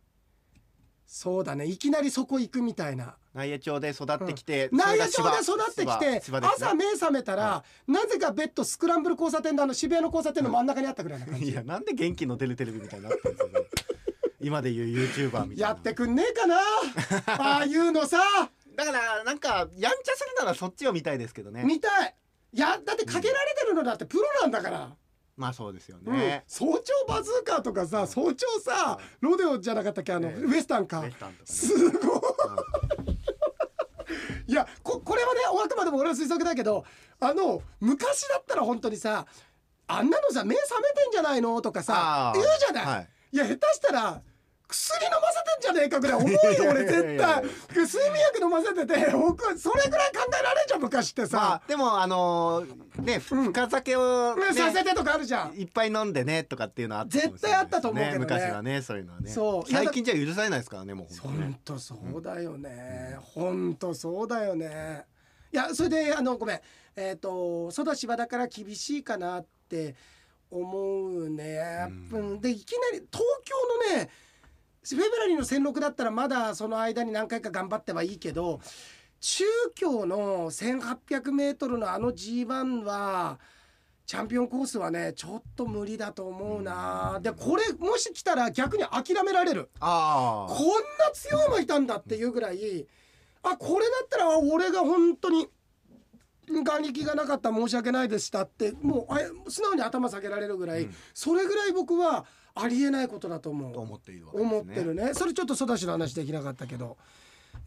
[SPEAKER 1] そうだねいきなりそこ行くみたいな
[SPEAKER 2] 内江町で育ってきて、
[SPEAKER 1] 内野町で育ってきて、
[SPEAKER 2] 芝芝ですね
[SPEAKER 1] 朝目覚めたら、
[SPEAKER 2] は
[SPEAKER 1] なぜかベッドスクランブル交差点のあの渋谷の交差点の真ん中にあったぐらいな感
[SPEAKER 2] い
[SPEAKER 1] じ、
[SPEAKER 2] やなんで元気の出るテレビみたいになってるんですかね今で言うユーチューバーみたいな
[SPEAKER 1] やってくんねえかな ああいうのさ
[SPEAKER 2] だからなんかやんちゃするならそっちを見たいですけどね
[SPEAKER 1] 見たいいやだってかけられてるのだってプロなんだから、
[SPEAKER 2] まあそうですよ
[SPEAKER 1] うん
[SPEAKER 2] ね、
[SPEAKER 1] 早朝バズーカーとかさ早朝さロデオじゃなかったっけあの、
[SPEAKER 2] ええ
[SPEAKER 1] ウエスタンか
[SPEAKER 2] レスタンとかね
[SPEAKER 1] すごいいやここれはねあくまでも俺の推測だけどあの昔だったら本当にさあんなのさ目覚めてんじゃないのとかさ
[SPEAKER 2] あー
[SPEAKER 1] 言うじゃない、
[SPEAKER 2] はい
[SPEAKER 1] いや下手したら薬飲ませてんじゃねえかぐらい思うよ俺絶
[SPEAKER 2] いやい
[SPEAKER 1] 対
[SPEAKER 2] やいや
[SPEAKER 1] 睡眠薬飲ませてて僕それぐらい考えられんじゃん昔って
[SPEAKER 2] ま
[SPEAKER 1] さ
[SPEAKER 2] あ、でもあのーね
[SPEAKER 1] うん
[SPEAKER 2] 深酒を、ね
[SPEAKER 1] ねさせてとかあるじゃん
[SPEAKER 2] いっぱい飲んでねとかっていうのはあったかもしれ
[SPEAKER 1] 絶対
[SPEAKER 2] ない
[SPEAKER 1] あったと思うけどね
[SPEAKER 2] 昔はねそういうのはね
[SPEAKER 1] そう
[SPEAKER 2] 最近じゃ許されないですからねもう本当
[SPEAKER 1] 本
[SPEAKER 2] ね
[SPEAKER 1] 当そうだよね、本当そうだよねいやそれであのごめんえっ、と育ちはだから厳しいかなって思うね、う、
[SPEAKER 2] うん
[SPEAKER 1] でいきなり東京のねフェブラリーの戦六だったらまだその間に何回か頑張ってはいいけど中京の 1800m のあの G1 はチャンピオンコースはねちょっと無理だと思うな、でこれもし来たら逆に諦められる
[SPEAKER 2] あ
[SPEAKER 1] こ
[SPEAKER 2] あ
[SPEAKER 1] んな強い馬いたんだっていうぐらいあこれだったら俺が本当に眼力がなかった申し訳ないでしたってもうあ素直に頭下げられるぐらい、
[SPEAKER 2] うん
[SPEAKER 1] それぐらい僕はありえないことだと
[SPEAKER 2] と
[SPEAKER 1] 思
[SPEAKER 2] 思っているわ
[SPEAKER 1] う
[SPEAKER 2] けですね
[SPEAKER 1] 思ってるねそれちょっと育ちの話できなかったけど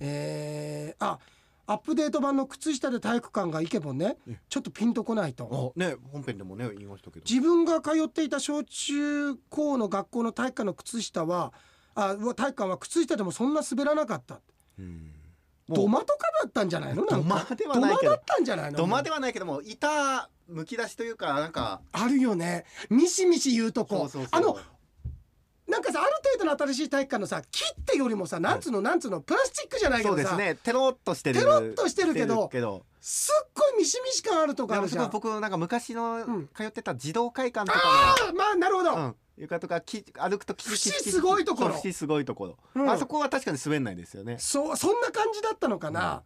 [SPEAKER 1] えー、あアップデート版の靴下で体育館がイケボンね
[SPEAKER 2] え
[SPEAKER 1] ちょっとピンとこないと。
[SPEAKER 2] あね本編でもね言いましたけど
[SPEAKER 1] 自分が通っていた小中高の学校の体育館の靴下はあうわ体育館は靴下でもそんな滑らなかった
[SPEAKER 2] うんもう
[SPEAKER 1] 土間とかだったんじゃないのなんか
[SPEAKER 2] 土間ではないけ
[SPEAKER 1] 土間
[SPEAKER 2] ど
[SPEAKER 1] だったんじゃないの
[SPEAKER 2] 土間ではないけども板むき出しというかなんか
[SPEAKER 1] あるよねミシミシ言うとこ
[SPEAKER 2] そうそうそう
[SPEAKER 1] あのなんかさある程度の新しい体育館のさ木ってよりもさなんつうのなんつうのプラスチックじゃないけ
[SPEAKER 2] そ
[SPEAKER 1] ど
[SPEAKER 2] うです
[SPEAKER 1] さ、
[SPEAKER 2] ねテロッとしてる
[SPEAKER 1] テロッとしてるけど
[SPEAKER 2] してるけど
[SPEAKER 1] すっごいミシミシ感あるとこ
[SPEAKER 2] で
[SPEAKER 1] あ
[SPEAKER 2] も
[SPEAKER 1] る
[SPEAKER 2] す
[SPEAKER 1] じ
[SPEAKER 2] ご
[SPEAKER 1] ゃ
[SPEAKER 2] い
[SPEAKER 1] ん
[SPEAKER 2] 僕なんか昔
[SPEAKER 1] うん
[SPEAKER 2] の通ってた児童会館と
[SPEAKER 1] あ
[SPEAKER 2] か
[SPEAKER 1] ーまあなるほど、
[SPEAKER 2] の、うん、床とかき歩くとキ
[SPEAKER 1] 節すごいところ
[SPEAKER 2] そう節すごいところ、
[SPEAKER 1] うん
[SPEAKER 2] あそこは確かに滑んないですよね
[SPEAKER 1] そうそんな感じだったのかな、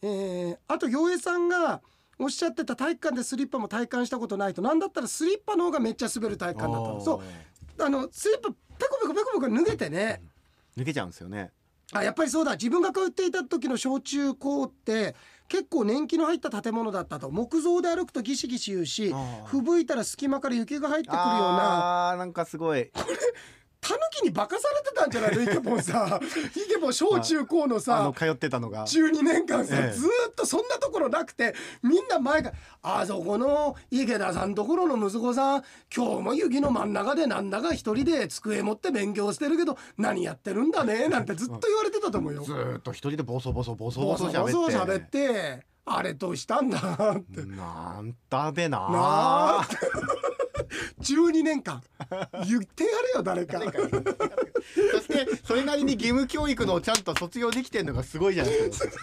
[SPEAKER 1] えーあと陽平さんがおっしゃってた体育館でスリッパも体感したことないとなんだったらスリッパの方がめっちゃ滑る体育館だったのそ
[SPEAKER 2] あ
[SPEAKER 1] うあのスリッパペコペコペコペコ脱げてね、
[SPEAKER 2] ー抜けちゃうんですよね
[SPEAKER 1] あやっぱりそうだ自分が通っていた時の小中高って結構年季の入った建物だったと木造で歩くとギシギシ言うし
[SPEAKER 2] あー
[SPEAKER 1] 吹雪いたら隙間から雪が入ってくるような
[SPEAKER 2] あーなんかすごい
[SPEAKER 1] タヌキに化かされてたんじゃないのイケボン さイケボン小中高のさ
[SPEAKER 2] あの通ってたのが
[SPEAKER 1] 12年間さ、
[SPEAKER 2] ええ
[SPEAKER 1] ずーっとそんなところなくてみんな前が「あそこの池田さんところの息子さん今日も雪の真ん中でなんだか一人で机持って勉強してるけど何やってるんだね」なんてずっと言われてたと思うよ。
[SPEAKER 2] ずーっと一人でボソボソボソ
[SPEAKER 1] そう
[SPEAKER 2] ボソ
[SPEAKER 1] そう
[SPEAKER 2] 喋って
[SPEAKER 1] そう喋ってあれどうしたんだって
[SPEAKER 2] なんだべな
[SPEAKER 1] なあ12年間言ってやれよ誰か。
[SPEAKER 2] そしてそれなりに義務教育のちゃんと卒業できてんのがすごいじゃないですか。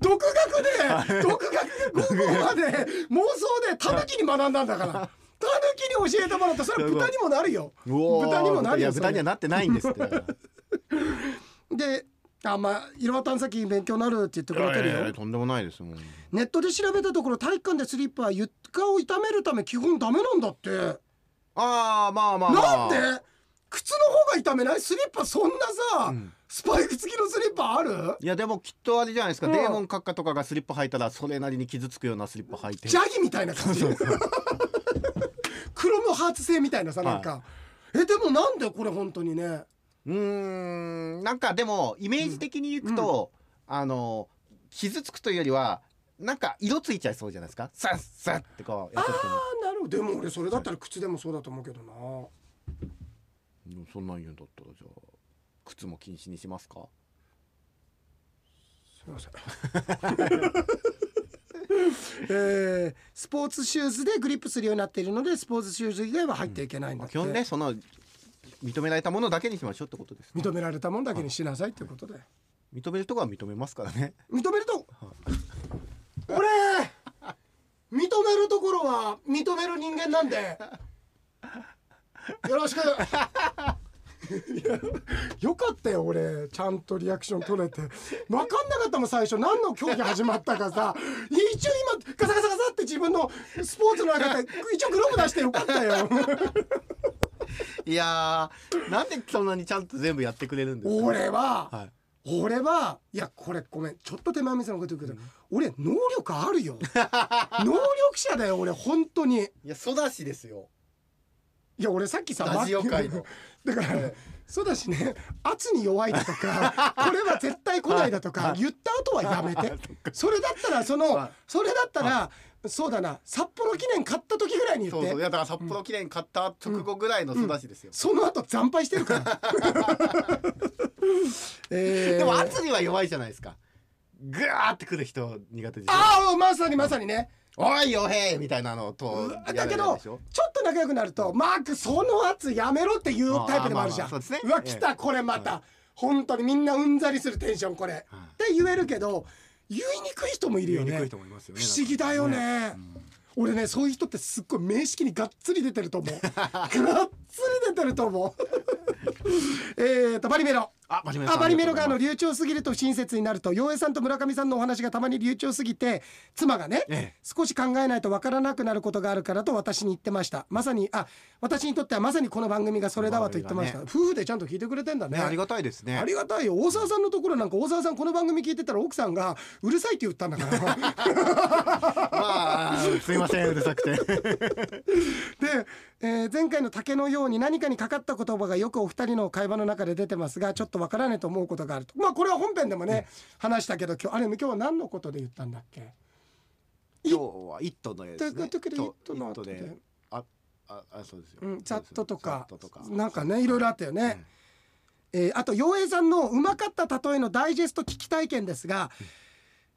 [SPEAKER 1] 独学で独学高校まで妄想でタヌキに学んだんだからタヌキに教えてもらったそれは豚にもなるよ
[SPEAKER 2] うおー
[SPEAKER 1] 豚にもなる
[SPEAKER 2] いや
[SPEAKER 1] よそれ
[SPEAKER 2] 豚にはなってないん ですって。だから
[SPEAKER 1] であまあ色は探査機勉強になるって言ってくれて
[SPEAKER 2] いやいや
[SPEAKER 1] る
[SPEAKER 2] いや
[SPEAKER 1] よ
[SPEAKER 2] とんでもないですもん。
[SPEAKER 1] ネットで調べたところ体育館でスリッパは床を痛めるため基本ダメなんだって
[SPEAKER 2] ああまあまあま
[SPEAKER 1] なん
[SPEAKER 2] あ。
[SPEAKER 1] で靴の方が痛めないスリッパそんなさ、
[SPEAKER 2] うん
[SPEAKER 1] スパイク付きのスリッパある
[SPEAKER 2] いやでもきっとあれじゃないですか、
[SPEAKER 1] うん
[SPEAKER 2] デーモン閣下とかがスリッパ履いたらそれなりに傷つくようなスリッパ履いて
[SPEAKER 1] ジャギみたいな感じ クロムハーツ製みたいなさなんか、えでもなんでこれ本当にね
[SPEAKER 2] うーんなんかでもイメージ的にいくと、あの傷つくというよりはなんか色ついちゃいそうじゃないですかさっさってこうやってるとね
[SPEAKER 1] あなるほどでも俺それだったら靴でもそうだと思うけどな
[SPEAKER 2] でもそんなん言うんだったらじゃあ靴も禁止にしますか
[SPEAKER 1] すいませんえースポーツシューズでグリップするようになっているのでスポーツシューズ以外は入っていけないんだ
[SPEAKER 2] まあ、
[SPEAKER 1] って、
[SPEAKER 2] 基本ねその認められたものだけにしましょうってことです、ね、
[SPEAKER 1] 認められたもんだけにしなさいっていうことで
[SPEAKER 2] 認めるとこは認めますからね
[SPEAKER 1] 認めると俺認めるところは認める人間なんでよろしくいやよかったよ俺ちゃんとリアクション取れて分かんなかったもん最初何の競技始まったかさ一応今ガサガサガサって自分のスポーツの中で一応グローブ出してよかった よ
[SPEAKER 2] いやーなんでそんなにちゃんと全部やってくれるんですか
[SPEAKER 1] 俺は、
[SPEAKER 2] はい
[SPEAKER 1] 俺はいやこれごめんちょっと手前味噌のこと言うけど、俺能力あるよ 能力者だよ俺本当に
[SPEAKER 2] いや育ちですよ
[SPEAKER 1] いや俺さっきさ
[SPEAKER 2] ラジオ界の
[SPEAKER 1] だから、そうだしね圧に弱いだとか これは絶対来ないだとか言った後はやめてそれだったらその
[SPEAKER 2] はい
[SPEAKER 1] それだったらそうだな札幌記念買った時ぐらいに言っ
[SPEAKER 2] そう
[SPEAKER 1] て
[SPEAKER 2] そういやだから札幌記念買った直後ぐらいの育ちですよ、
[SPEAKER 1] その後惨敗してるから えー
[SPEAKER 2] でも圧には弱いじゃないですかぐわーってくる人苦手でしょ
[SPEAKER 1] ああまさにまさにね
[SPEAKER 2] おいよへいみたいなのと
[SPEAKER 1] うわ
[SPEAKER 2] や
[SPEAKER 1] だ
[SPEAKER 2] ら
[SPEAKER 1] け
[SPEAKER 2] れる
[SPEAKER 1] ど
[SPEAKER 2] でし
[SPEAKER 1] ち
[SPEAKER 2] ょ
[SPEAKER 1] ょっと仲良くなるとマークその圧やめろっていうタイプでもあるじゃん
[SPEAKER 2] あーまあまあそうですね
[SPEAKER 1] うわ来
[SPEAKER 2] え
[SPEAKER 1] たこれまた本当にみんなうんざりするテンションこれ
[SPEAKER 2] はい
[SPEAKER 1] って言えるけど言いにくい人もいるよ
[SPEAKER 2] 言いに
[SPEAKER 1] ね
[SPEAKER 2] くいと思いますよね
[SPEAKER 1] 不思議だよね
[SPEAKER 2] ん
[SPEAKER 1] 俺ねそういう人ってすっごい名式にがっつり出てると思 うがっつり出てると思う えーとバリメロ
[SPEAKER 2] あ真面目
[SPEAKER 1] あまりメロがあの
[SPEAKER 2] り
[SPEAKER 1] 流暢すぎると親切になると洋平さんと村上さんのお話がたまに流暢すぎて妻がね、
[SPEAKER 2] ええ
[SPEAKER 1] 少し考えないとわからなくなることがあるからと私に言ってましたまさにあ私にとってはまさにこの番組がそれだわと言ってました、
[SPEAKER 2] こ
[SPEAKER 1] 夫婦でちゃんと聞いてくれてんだね
[SPEAKER 2] ねありがたいですね
[SPEAKER 1] ありがたいよ大沢さんのところなんか大沢さんこの番組聞いてたら奥さんがうるさいって言ったんだから
[SPEAKER 2] まあすいませんうるさくて
[SPEAKER 1] で、えー前回の竹のように何かにかかった言葉がよくお二人の会話の中で出てますがちょっとわからないと思うことがあるとまあこれは本編でもね話したけど今日あれ今日は何のことで言ったんだっけ
[SPEAKER 2] 今日は「イット!」の絵ですね
[SPEAKER 1] だけど
[SPEAKER 2] 今日
[SPEAKER 1] イットの後
[SPEAKER 2] イ
[SPEAKER 1] で
[SPEAKER 2] ットであああそうですよ
[SPEAKER 1] うん、チャットとか
[SPEAKER 2] チャットとか
[SPEAKER 1] なんかねいろいろあったよね、
[SPEAKER 2] ん
[SPEAKER 1] えーあと陽平さんのうまかった例えのダイジェスト聞きたい件ですが、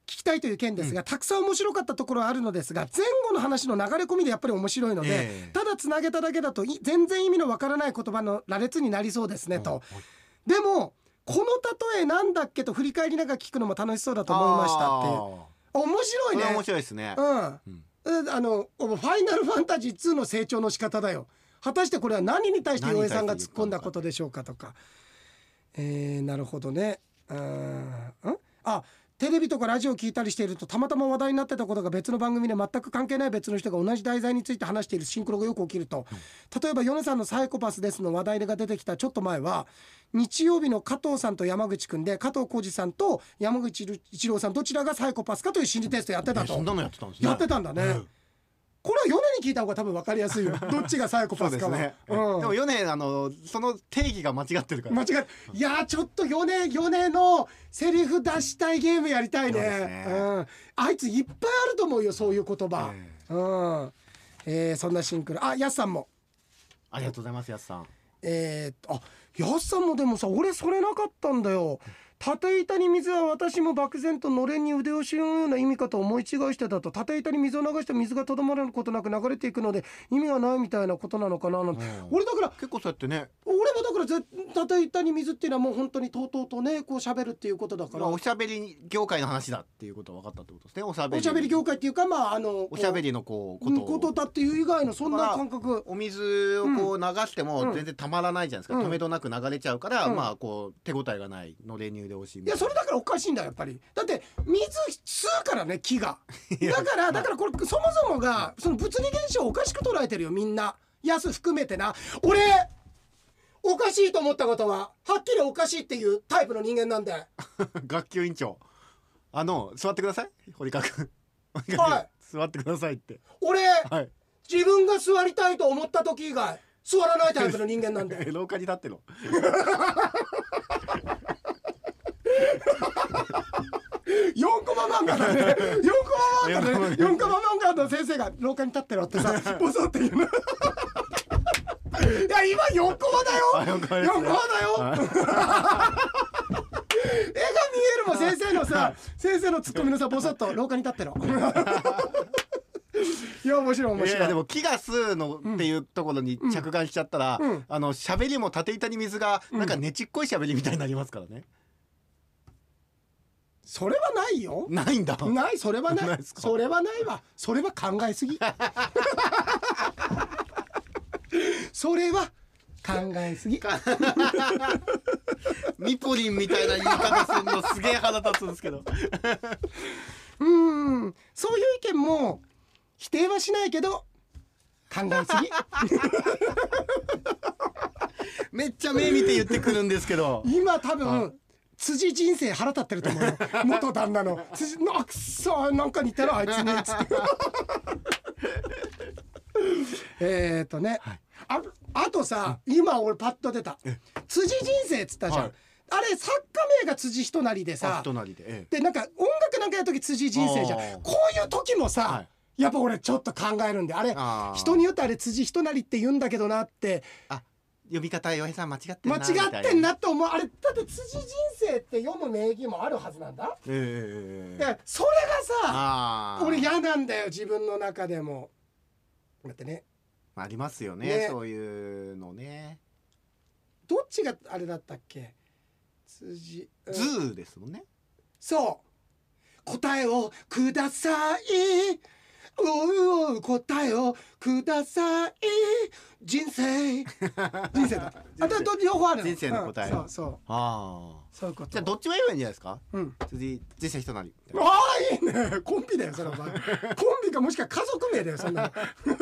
[SPEAKER 1] 聞きたいという件ですが、たくさん面白かったところはあるのですが前後の話の流れ込みでやっぱり面白いので、
[SPEAKER 2] ええ
[SPEAKER 1] ただつなげただけだとい全然意味のわからない言葉の羅列になりそうですね、と。でもこの例えなんだっけと振り返りながら聞くのも楽しそうだと思いましたっていうあ面白
[SPEAKER 2] て
[SPEAKER 1] いね
[SPEAKER 2] 面白いですね
[SPEAKER 1] うん、えあの「ファイナルファンタジー2」の成長の仕方だよ果たしてこれは何に対して洋平さんが突っ込んだことでしょうかとかえー、なるほどねうーんんあテレビとかラジオを聞いたりしているとたまたま話題になってたことが別の番組で全く関係ない別の人が同じ題材について話しているシンクロがよく起きると、例えば米さんの「サイコパスです」の話題が出てきたちょっと前は日曜日の加藤さんと山口くんで加藤浩二さんと山口一郎さんどちらがサイコパスかという心理テストやってた
[SPEAKER 2] え
[SPEAKER 1] と。
[SPEAKER 2] そんなのやってたんですね
[SPEAKER 1] やってたんだね、
[SPEAKER 2] うん
[SPEAKER 1] これは米に聞いた方が多分分かりや すいよどっちがサイコ
[SPEAKER 2] そ
[SPEAKER 1] パ
[SPEAKER 2] う
[SPEAKER 1] ス
[SPEAKER 2] で
[SPEAKER 1] か
[SPEAKER 2] す
[SPEAKER 1] は、
[SPEAKER 2] ね
[SPEAKER 1] う
[SPEAKER 2] で
[SPEAKER 1] ん
[SPEAKER 2] も米あのその定義が間違ってるから
[SPEAKER 1] 間違えいやーちょっと米米のセリフ出したいゲームやりたいね
[SPEAKER 2] そうですね
[SPEAKER 1] うん、あいついっぱいあると思うよそういう言葉、
[SPEAKER 2] え
[SPEAKER 1] うんえーそんなシンクロあやすさんも
[SPEAKER 2] ありがとうございますやすさん
[SPEAKER 1] えーっとあやすさんもでもさ俺それなかったんだよ縦板に水は私も漠然とのれんに腕をしのような意味かと思い違いしてたと縦板に水を流して水がとどまることなく流れていくので意味がないみたいなことなのかななんて、
[SPEAKER 2] うん
[SPEAKER 1] 俺だから
[SPEAKER 2] 結構そうやってね
[SPEAKER 1] 俺もだからぜ縦板に水っていうのはもう本当にとうとうとねこう喋るっていうことだか
[SPEAKER 2] ま
[SPEAKER 1] ら
[SPEAKER 2] あおしゃべり業界の話だっていうことは分かったってことですねおしゃべり
[SPEAKER 1] おしゃべり業界っていうかまああの
[SPEAKER 2] おしゃべ
[SPEAKER 1] り
[SPEAKER 2] りのこう
[SPEAKER 1] こ
[SPEAKER 2] こととを
[SPEAKER 1] だっていう以外のそんな
[SPEAKER 2] だから
[SPEAKER 1] 感覚
[SPEAKER 2] お水をこう流して
[SPEAKER 1] うん
[SPEAKER 2] も全然たまらないじゃないですか、
[SPEAKER 1] うん
[SPEAKER 2] 止めどなく流れちゃうから、
[SPEAKER 1] うん
[SPEAKER 2] まあこう手応えがないの練乳で惜しいみ
[SPEAKER 1] い
[SPEAKER 2] た
[SPEAKER 1] や
[SPEAKER 2] いな
[SPEAKER 1] それだからおかしいんだよやっぱりだって水吸うからね木がだからだからこれそもそもがその物理現象をおかしく捉えてるよみんな安含めてな俺おかしいと思ったことははっきりおかしいっていうタイプの人間なんで
[SPEAKER 2] 学級委員長あの座ってください堀川君堀川
[SPEAKER 1] はい
[SPEAKER 2] 君座ってくださいって
[SPEAKER 1] 俺
[SPEAKER 2] はい
[SPEAKER 1] 自分が座りたいと思った時以外座らないタイプの人間なんで
[SPEAKER 2] 廊下に立ってろ
[SPEAKER 1] 4コマ漫画だね4コ マ漫画だね
[SPEAKER 2] 四コマ漫画
[SPEAKER 1] 4コマ漫画の先生が廊下に立ってろってさ ボソって言うのいや今4コマだ
[SPEAKER 2] あ
[SPEAKER 1] よ
[SPEAKER 2] 四
[SPEAKER 1] 4
[SPEAKER 2] コ
[SPEAKER 1] コ
[SPEAKER 2] マ
[SPEAKER 1] マ
[SPEAKER 2] で
[SPEAKER 1] だ
[SPEAKER 2] す
[SPEAKER 1] よ
[SPEAKER 2] ね
[SPEAKER 1] 絵が見えるも先生のさ先生のツッコミのさボソッと廊下に立って ろいや面白い面
[SPEAKER 2] いやい
[SPEAKER 1] 白
[SPEAKER 2] や
[SPEAKER 1] い
[SPEAKER 2] でも木が吸うのっていうところに着眼しちゃったら、
[SPEAKER 1] うん
[SPEAKER 2] あの喋りも縦板に水がなんかねちっこい喋りみたいになりますからね、
[SPEAKER 1] それはないよ
[SPEAKER 2] ないんだ
[SPEAKER 1] ないそれはな
[SPEAKER 2] ないいですか
[SPEAKER 1] それはないわそれは考えす ぎそれは考えすぎ
[SPEAKER 2] ミポリンみたいな言い方するのすげえ腹立つんですけど
[SPEAKER 1] うんそういう意見も否定はしないけど考えすぎ
[SPEAKER 2] めっちゃ目見て言ってくるんですけど
[SPEAKER 1] 今多分辻人生腹立ってると思うよ元旦那の辻のあくそなんか似てるあいつねつってえーっとね、ああとさ今俺パッと出た辻人生っつったじゃん、
[SPEAKER 2] はい
[SPEAKER 1] あれ作家名が辻人なりでさ
[SPEAKER 2] あ隣で、ええ
[SPEAKER 1] でなんか音楽なんかやる時辻人生じゃん
[SPEAKER 2] あー
[SPEAKER 1] こういう時もさ、
[SPEAKER 2] はい
[SPEAKER 1] やっぱ俺ちょっと考えるんであれ
[SPEAKER 2] あー
[SPEAKER 1] 人によってあれ辻人なりって言うんだけどなって
[SPEAKER 2] 呼び方洋平さん間違ってん
[SPEAKER 1] 間
[SPEAKER 2] な
[SPEAKER 1] 違ってんなって思うあれだって辻人生って読む名義もあるはずなんだ
[SPEAKER 2] みたいなええ
[SPEAKER 1] だからそれがさ
[SPEAKER 2] ああ
[SPEAKER 1] 俺嫌なんだよ自分の中でもだってね
[SPEAKER 2] まあありますよね
[SPEAKER 1] ね
[SPEAKER 2] そういうのね
[SPEAKER 1] どっちがあれだったっけ辻、うん
[SPEAKER 2] ズーですもんね
[SPEAKER 1] そう答えをくださいうおうおう答えをください人生人生だあと両方あるの
[SPEAKER 2] 人生の答
[SPEAKER 1] うん
[SPEAKER 2] え
[SPEAKER 1] そうそう
[SPEAKER 2] ああ
[SPEAKER 1] そういうこと
[SPEAKER 2] じゃあどっちも言えばいいんじゃないですか
[SPEAKER 1] うん
[SPEAKER 2] 辻人生人なり
[SPEAKER 1] ああいいねコンビだよそれはコンビかもしくは家族名だよそんなの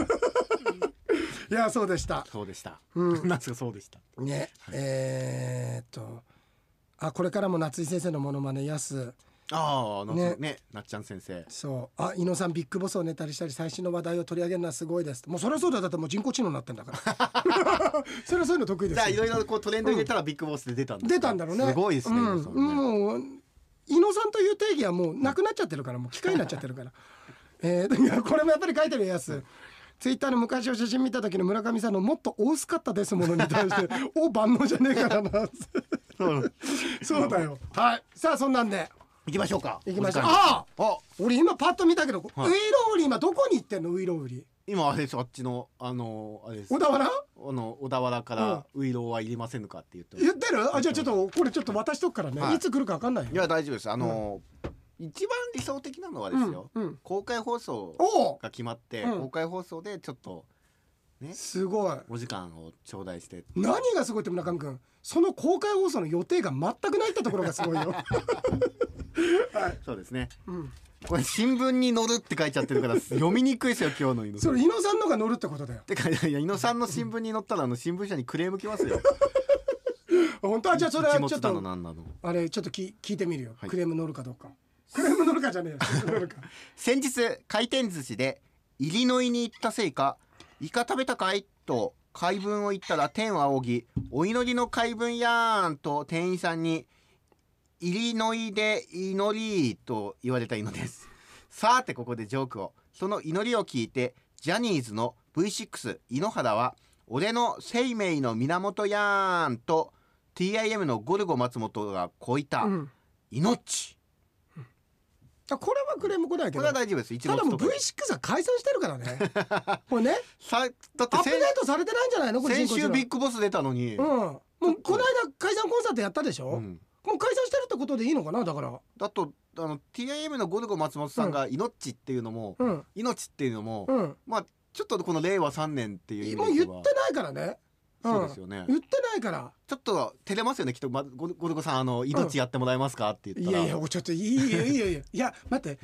[SPEAKER 1] いやそうでした
[SPEAKER 2] そうでした
[SPEAKER 1] うん
[SPEAKER 2] なんすかそうでした
[SPEAKER 1] ねえー、っとあこれからも夏井先生のモノマネやす
[SPEAKER 2] ああ
[SPEAKER 1] ね
[SPEAKER 2] ねねなっちゃん先生
[SPEAKER 1] そうあ井野さんビッグボスをネタにしたり最新の話題を取り上げるのはすごいですもうそれはそうだよだってもう人工知能になってんだから それはそういうの得意で
[SPEAKER 2] じゃあ
[SPEAKER 1] す
[SPEAKER 2] いろいろこうトレンド入れたらビッグボスで出たんですか
[SPEAKER 1] 出たんだろうね
[SPEAKER 2] すごいですね
[SPEAKER 1] うん、
[SPEAKER 2] それね
[SPEAKER 1] もう井野さんという定義はもうなくなっちゃってるからもう機械になっちゃってるから えーい やこれもやっぱり書いてるやつツイッターの昔を写真見た時の村上さんの「もっとお薄かったですもの」に対 して「お万能じゃねえからな」
[SPEAKER 2] うん
[SPEAKER 1] そうだよはいさあそんなんで
[SPEAKER 2] 行きましょうか
[SPEAKER 1] 行きましょう
[SPEAKER 2] お時間
[SPEAKER 1] ああ
[SPEAKER 2] あ
[SPEAKER 1] 俺今パッと見たけど、
[SPEAKER 2] は
[SPEAKER 1] ウ
[SPEAKER 2] い
[SPEAKER 1] イロウリ今どこに行ってんのウイロウリ
[SPEAKER 2] 今あれですあっちのあのあれです
[SPEAKER 1] 小田原
[SPEAKER 2] あの小田原から「ウイローはいりませんか?」って言ってます
[SPEAKER 1] 言ってるあじゃあちょっとこれちょっと渡しとくからね、、
[SPEAKER 2] はいい
[SPEAKER 1] つ来るか分かんないよ
[SPEAKER 2] いや大丈夫ですあの、一番理想的なのはですよ、
[SPEAKER 1] うんうん
[SPEAKER 2] 公開放送
[SPEAKER 1] おお
[SPEAKER 2] が決まって、
[SPEAKER 1] うん
[SPEAKER 2] 公開放送でちょっと
[SPEAKER 1] すごい
[SPEAKER 2] お時間を頂戴して
[SPEAKER 1] 何がすごいって村上君その公開放送の予定が全くないってところがすごいよ、
[SPEAKER 2] そうですね
[SPEAKER 1] うん、
[SPEAKER 2] これ新聞に載るって書いちゃってるから読みにくいですよ今日の 犬
[SPEAKER 1] それ井野さんのが乗るってことだよ
[SPEAKER 2] てかいや伊野さんの新聞に載ったらあの新聞社にクレームきますよ
[SPEAKER 1] 本当はじゃあそれはちょっ
[SPEAKER 2] 一物
[SPEAKER 1] と
[SPEAKER 2] なのなんなの
[SPEAKER 1] あれちょっとき聞いてみるよ、
[SPEAKER 2] はい
[SPEAKER 1] クレーム乗るかどうかクレーム乗るかじゃ ねえよ乗るか
[SPEAKER 2] 先日回転寿司でイリノイに行ったせいか「イカ食べたかい?」と怪文を言ったら天を仰ぎ「お祈りの怪文やーん」と店員さんに「イリノイで祈り」と言われたのですさてここでジョークをその祈りを聞いてジャニーズの V6 井ノ原は「俺の生命の源やーん」と TIM のゴルゴ松本がこう言った
[SPEAKER 1] うん
[SPEAKER 2] 「命
[SPEAKER 1] あこれはクレーム来ない」け
[SPEAKER 2] こ
[SPEAKER 1] ど
[SPEAKER 2] れは大丈夫です一
[SPEAKER 1] ただもう
[SPEAKER 2] 物とか
[SPEAKER 1] V6 は解散してるからね これね
[SPEAKER 2] さだって
[SPEAKER 1] アップデー
[SPEAKER 2] 先
[SPEAKER 1] トされてないんじゃないのこれ
[SPEAKER 2] 先
[SPEAKER 1] 人工知
[SPEAKER 2] 週
[SPEAKER 1] 能
[SPEAKER 2] ビッグボス出たのに、
[SPEAKER 1] うん、もうこの間解散コンサートやったでしょ、
[SPEAKER 2] う
[SPEAKER 1] も
[SPEAKER 2] ん
[SPEAKER 1] う解散してるってことでいいのかなだから
[SPEAKER 2] だとあの TIM のゴルゴ松本さんが「命」っていうのも
[SPEAKER 1] うん
[SPEAKER 2] 「命」っていうのも、
[SPEAKER 1] うん
[SPEAKER 2] まあちょっとこの令和3年っていう意
[SPEAKER 1] もう
[SPEAKER 2] 味
[SPEAKER 1] 言
[SPEAKER 2] で
[SPEAKER 1] って
[SPEAKER 2] は
[SPEAKER 1] ないからね、うん、
[SPEAKER 2] そうですよね、
[SPEAKER 1] 言ってないから
[SPEAKER 2] ちょっと照れますよねきっと、ま、ゴルゴルゴさんあの「命やってもらえますか?」って言
[SPEAKER 1] い
[SPEAKER 2] った
[SPEAKER 1] や
[SPEAKER 2] ら
[SPEAKER 1] いやちょっといいよいいよいいよいや待って、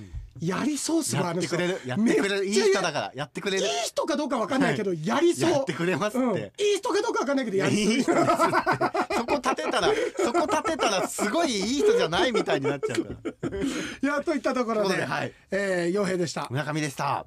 [SPEAKER 1] やりそうっすわ
[SPEAKER 2] や
[SPEAKER 1] あ
[SPEAKER 2] っ
[SPEAKER 1] の
[SPEAKER 2] て
[SPEAKER 1] 人
[SPEAKER 2] く
[SPEAKER 1] い
[SPEAKER 2] れるやってくれる
[SPEAKER 1] め
[SPEAKER 2] い
[SPEAKER 1] っ
[SPEAKER 2] い
[SPEAKER 1] ちゃ
[SPEAKER 2] 人だからやってくれ
[SPEAKER 1] い
[SPEAKER 2] る
[SPEAKER 1] 人かどうかわかんないけど、やりそう
[SPEAKER 2] やってくれますっ
[SPEAKER 1] うん、い
[SPEAKER 2] て、
[SPEAKER 1] い人かどうかわかんないけどや
[SPEAKER 2] い
[SPEAKER 1] りそう
[SPEAKER 2] い人ですっ てそこ立てたらそこ立てたらすごいいい人じゃないみたいになっちゃうから。という
[SPEAKER 1] やっといったとこ
[SPEAKER 2] こ
[SPEAKER 1] ろ
[SPEAKER 2] と
[SPEAKER 1] で
[SPEAKER 2] ではい
[SPEAKER 1] えー、傭兵でした
[SPEAKER 2] 村上でした。